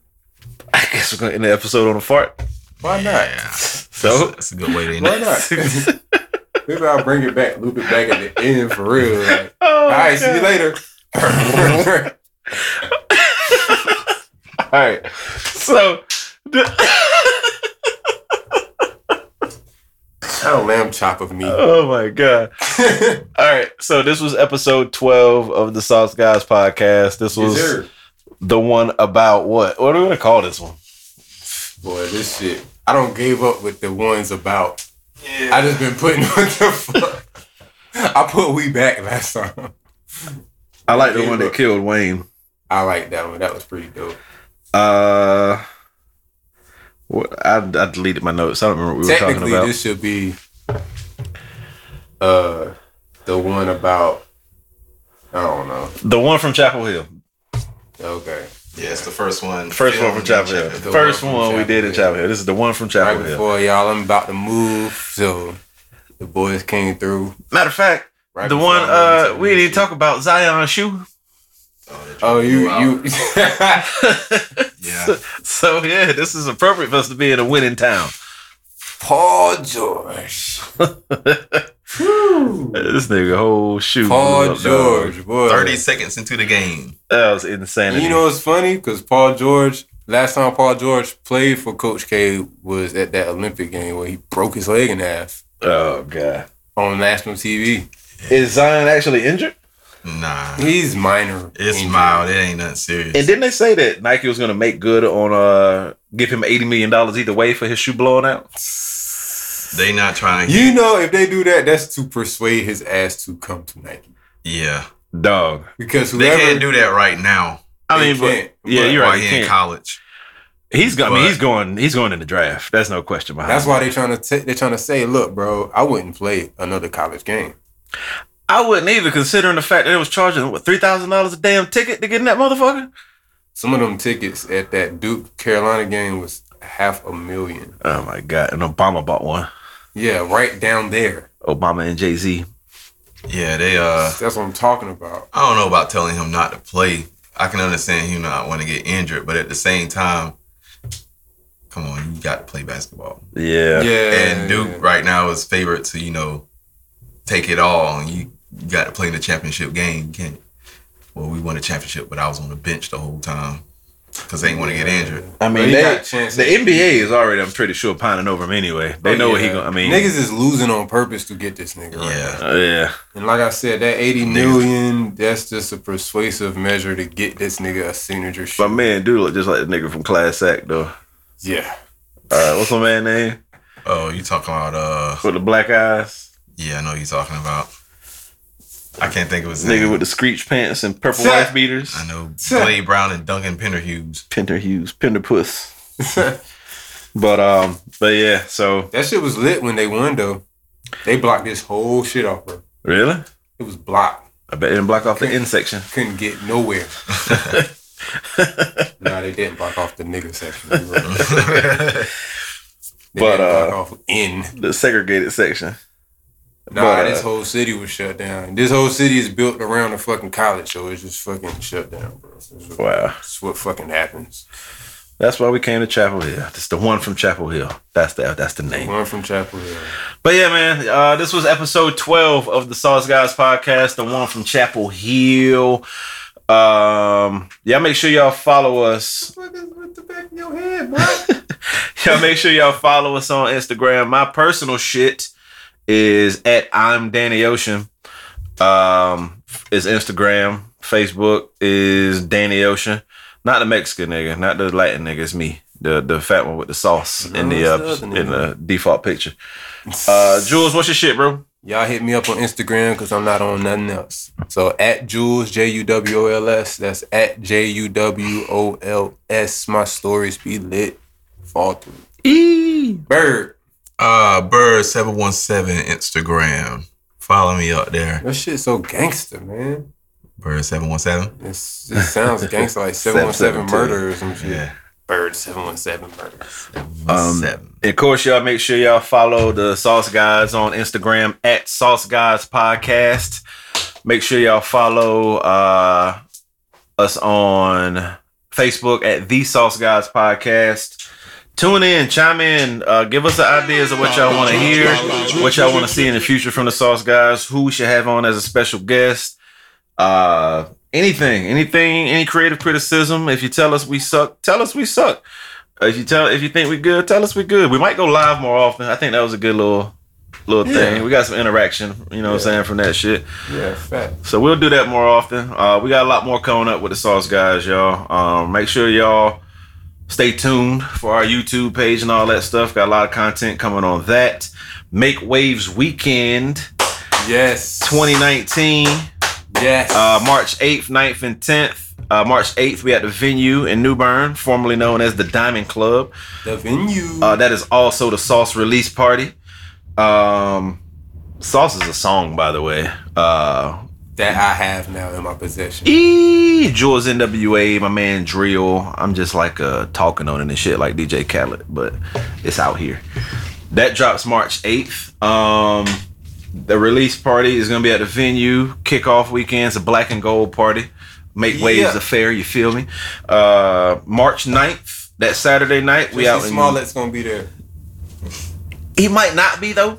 I guess we're gonna end the episode on a fart. Why not? So That's a good way to end Why not? [laughs] it. Maybe I'll bring it back, loop it back at the end for real. Like, [laughs] Oh, all right, see you [laughs] later. All right. So, the- [laughs] How a lamb chop of me. [laughs] oh my god. All right. So this was episode twelve of the Sauce Guys podcast. This was Sure. the one about what? What are we gonna call this one? Boy, this shit. I don't gave up with the ones about. I just been putting [laughs] what the fuck. I put we back last time. I like the one that killed Wayne. I like that one. That was pretty dope. Uh, what, I, I deleted my notes. I don't remember what we were talking Technically, about. this should be uh the one about. I don't know. the one from Chapel Hill. Okay. Yeah, it's the first one. First one from Chapel Hill. The First one one, from we Chapel did in Hill. Chapel Hill. This is the one from Right Chapel Hill. before y'all, I'm about to move, so the boys came through. Matter of fact, Right the before one I went uh to we the didn't talk about [laughs] Zion shoe. [laughs] Oh, you you. Yeah. So yeah, this is appropriate for us to be in a winning town. [laughs] Paul George. This nigga whole shoe. blew Paul up, dog. George, boy. 30 seconds into the game. That was insanity. You know what's funny? Because Paul George, last time Paul George played for Coach K was at that Olympic game where he broke his leg in half oh god, on national TV. is Zion actually injured? Nah. He's minor. It's injury. mild. It ain't nothing serious. And didn't they say that Nike was gonna make good on uh give him eighty million dollars either way for his shoe blowing out? They not trying to. You know, if they do that, that's to persuade his ass to come to Nike. Yeah. Dog. Because They whoever can't do that right now I They mean, but, can't, yeah, but- you're while right. you you're in can't. college. He's going. I mean, But- he's going. He's going in the draft. That's no question behind. That's it. why they trying to t- they trying to say, look, bro, I wouldn't play another college game. I wouldn't either, considering the fact that it was charging what three thousand dollars a damn ticket to get in that motherfucker. Some of them tickets at that Duke Carolina game was half a million. Oh my god! And Obama bought one. Yeah, right down there. Obama and Jay Z. Yeah, they uh That's what I'm talking about. I don't know about telling him not to play. I can understand him not want to get injured, but at the same time, come on, you got to play basketball. Yeah. Yeah, and Duke right now is favored to you know take it all, and you got to play in the championship game. You can't. Well, we won a championship, but I was on the bench the whole time because they didn't want to get injured. I But mean, he they, got chances. the NBA is already. I'm pretty sure pining over him anyway. They know what he Oh, Yeah. gonna. I mean, niggas is losing on purpose to get this nigga. Right Yeah, uh, yeah. And like I said, that 80 Niggas. million, that's just a persuasive measure to get this nigga a signature My shit. man do look just like the nigga from Class Act though. Yeah. [laughs] Uh, what's my man name Oh, you talking about? uh with the black eyes? Yeah, I know you talking about. I can't think of his Nigga name. with the screech pants and purple Sir. wife beaters. I know Blade Brown and Duncan Penderhughes. [laughs] Pender Hughes, Pender Puss. But um, but yeah. So That shit was lit when they won though. They blocked this whole shit off, bro. really, It was blocked. I bet they didn't block off the end section. couldn't get [laughs] nowhere. nah, they didn't block off the nigga section. You're right. They But, didn't uh, block off in. the segregated section. Nah, but, uh, this whole city was shut down. This whole city is built around a fucking college, so it's just fucking shut down, bro. That's what, Wow. that's what fucking happens. That's why we came to Chapel Hill. It's the one from Chapel Hill. That's the that's the name. One from Chapel Hill. But yeah, man, uh, this was episode twelve of the Sauce Guys podcast, the one from Chapel Hill. Um, y'all make sure y'all follow us. What is with the back of your head, bro? [laughs] y'all make sure y'all follow us on Instagram. My personal shit is at I'm Danny Ocean. Um, is Instagram, Facebook is Danny Ocean. Not the Mexican nigga, not the Latin nigga. It's me, the the fat one with the sauce in the No, it's uh, the other in the default picture. Uh, Jules, what's your shit, bro? Y'all hit me up on Instagram because I'm not on nothing else. So at Jules J U W O L S. That's at J U W O L S. My stories be lit. Fall through. E bird. Uh, Bird seven one seven Instagram. Follow me up there. That shit so gangster, man. Bird seven one seven. It's, it [laughs] sounds gangster like seven one seven 717. murder or some shit. Bird seven one seven murder. Um, seven. And of course, y'all make sure y'all follow the Sauce Guys on Instagram at Sauce Guys Podcast. Make sure y'all follow uh, us on Facebook at The Sauce Guys Podcast. Tune in, chime in, uh, give us the ideas of what y'all want to hear, what y'all want to see in the future from the Sauce Guys, who we should have on as a special guest. Uh, anything, anything, any creative criticism. If you tell us we suck, tell us we suck. If you tell if you think we good, tell us we good. We might go live more often. I think that was a good little little thing. We got some interaction, you know what I'm saying, from that shit. Yeah, fact. So we'll do that more often. Uh, we got a lot more coming up with the sauce guys, y'all. Um, make sure y'all stay tuned for our YouTube page and all that stuff. Got a lot of content coming on that. Make Waves Weekend Yes. 2019 Yes. uh, March 8th, 9th, and 10th. Uh, March 8th, we at the venue in New Bern, formerly known as the Diamond Club. the venue. Uh, that is also the Sauce release party. Um, Sauce is a song, by the way. Uh, that I have now in my possession. E Jules NWA, my man Drill. I'm just like uh talking on it and shit like DJ Khaled, but it's out here. That drops March 8th. Um the release party is gonna be at the venue. Kickoff weekend's a black and gold party. Make waves Yeah. affair, you feel me? Uh March 9th, that Saturday night, we out Jesse in Smollett's gonna be there. He might not be though.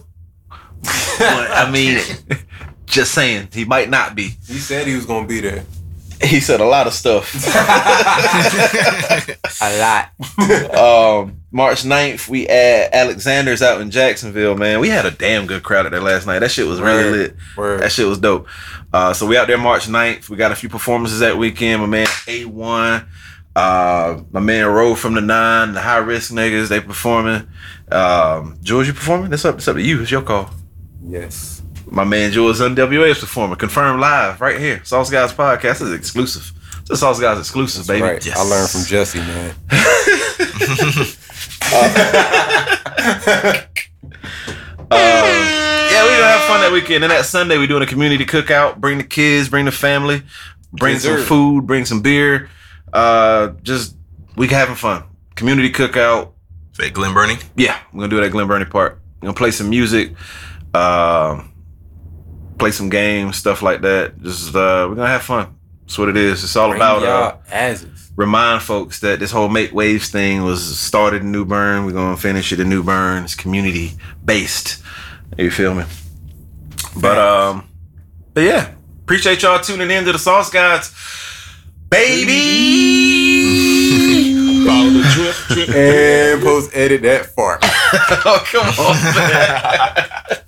but I [laughs] mean just saying, he might not be. He said he was gonna be [laughs] there. He said a lot of stuff. A lot. um, March 9th, we at Alexander's out in Jacksonville, man. We had a damn good crowd at that last night. That shit was really Word. lit. Word. That shit was dope. Uh, so we out there March 9th. We got a few performances that weekend. My man A1, uh, my man Roe from the Nine, the High Risk niggas, they performing. Um, Jules, you performing? That's up, that's up to you. It's your call. Yes. My man Jules NWA is performing. Confirmed live right here. Sauce Guys Podcast is exclusive. It's a Sauce Guys exclusive, baby. Right. I learned from Jesse, man. Uh, Yeah, we gonna have fun that weekend. And that Sunday, we doing a community cookout. Bring the kids, bring the family, bring Yes, some sir. food, bring some beer. Uh, just we having fun. Community cookout. Fake Glen Burnie. Yeah, we're gonna do it at Glen Burnie Park. We're gonna play some music, um, play some games, stuff like that. Just uh, we're gonna have fun. That's what it is. It's all Bring about uh, y'all asses. remind folks that this whole make waves thing was started in New Bern. We're gonna finish it in New Bern. It's community based. You feel me? But um, but yeah, appreciate y'all tuning in to the Sauce Guys, baby. Follow the drip, drip, And post edit that fart. [laughs] oh come on, man.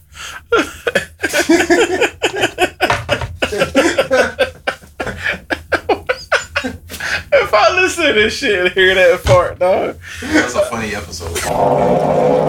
If I listen to this shit and hear that fart, dog. That was a funny episode.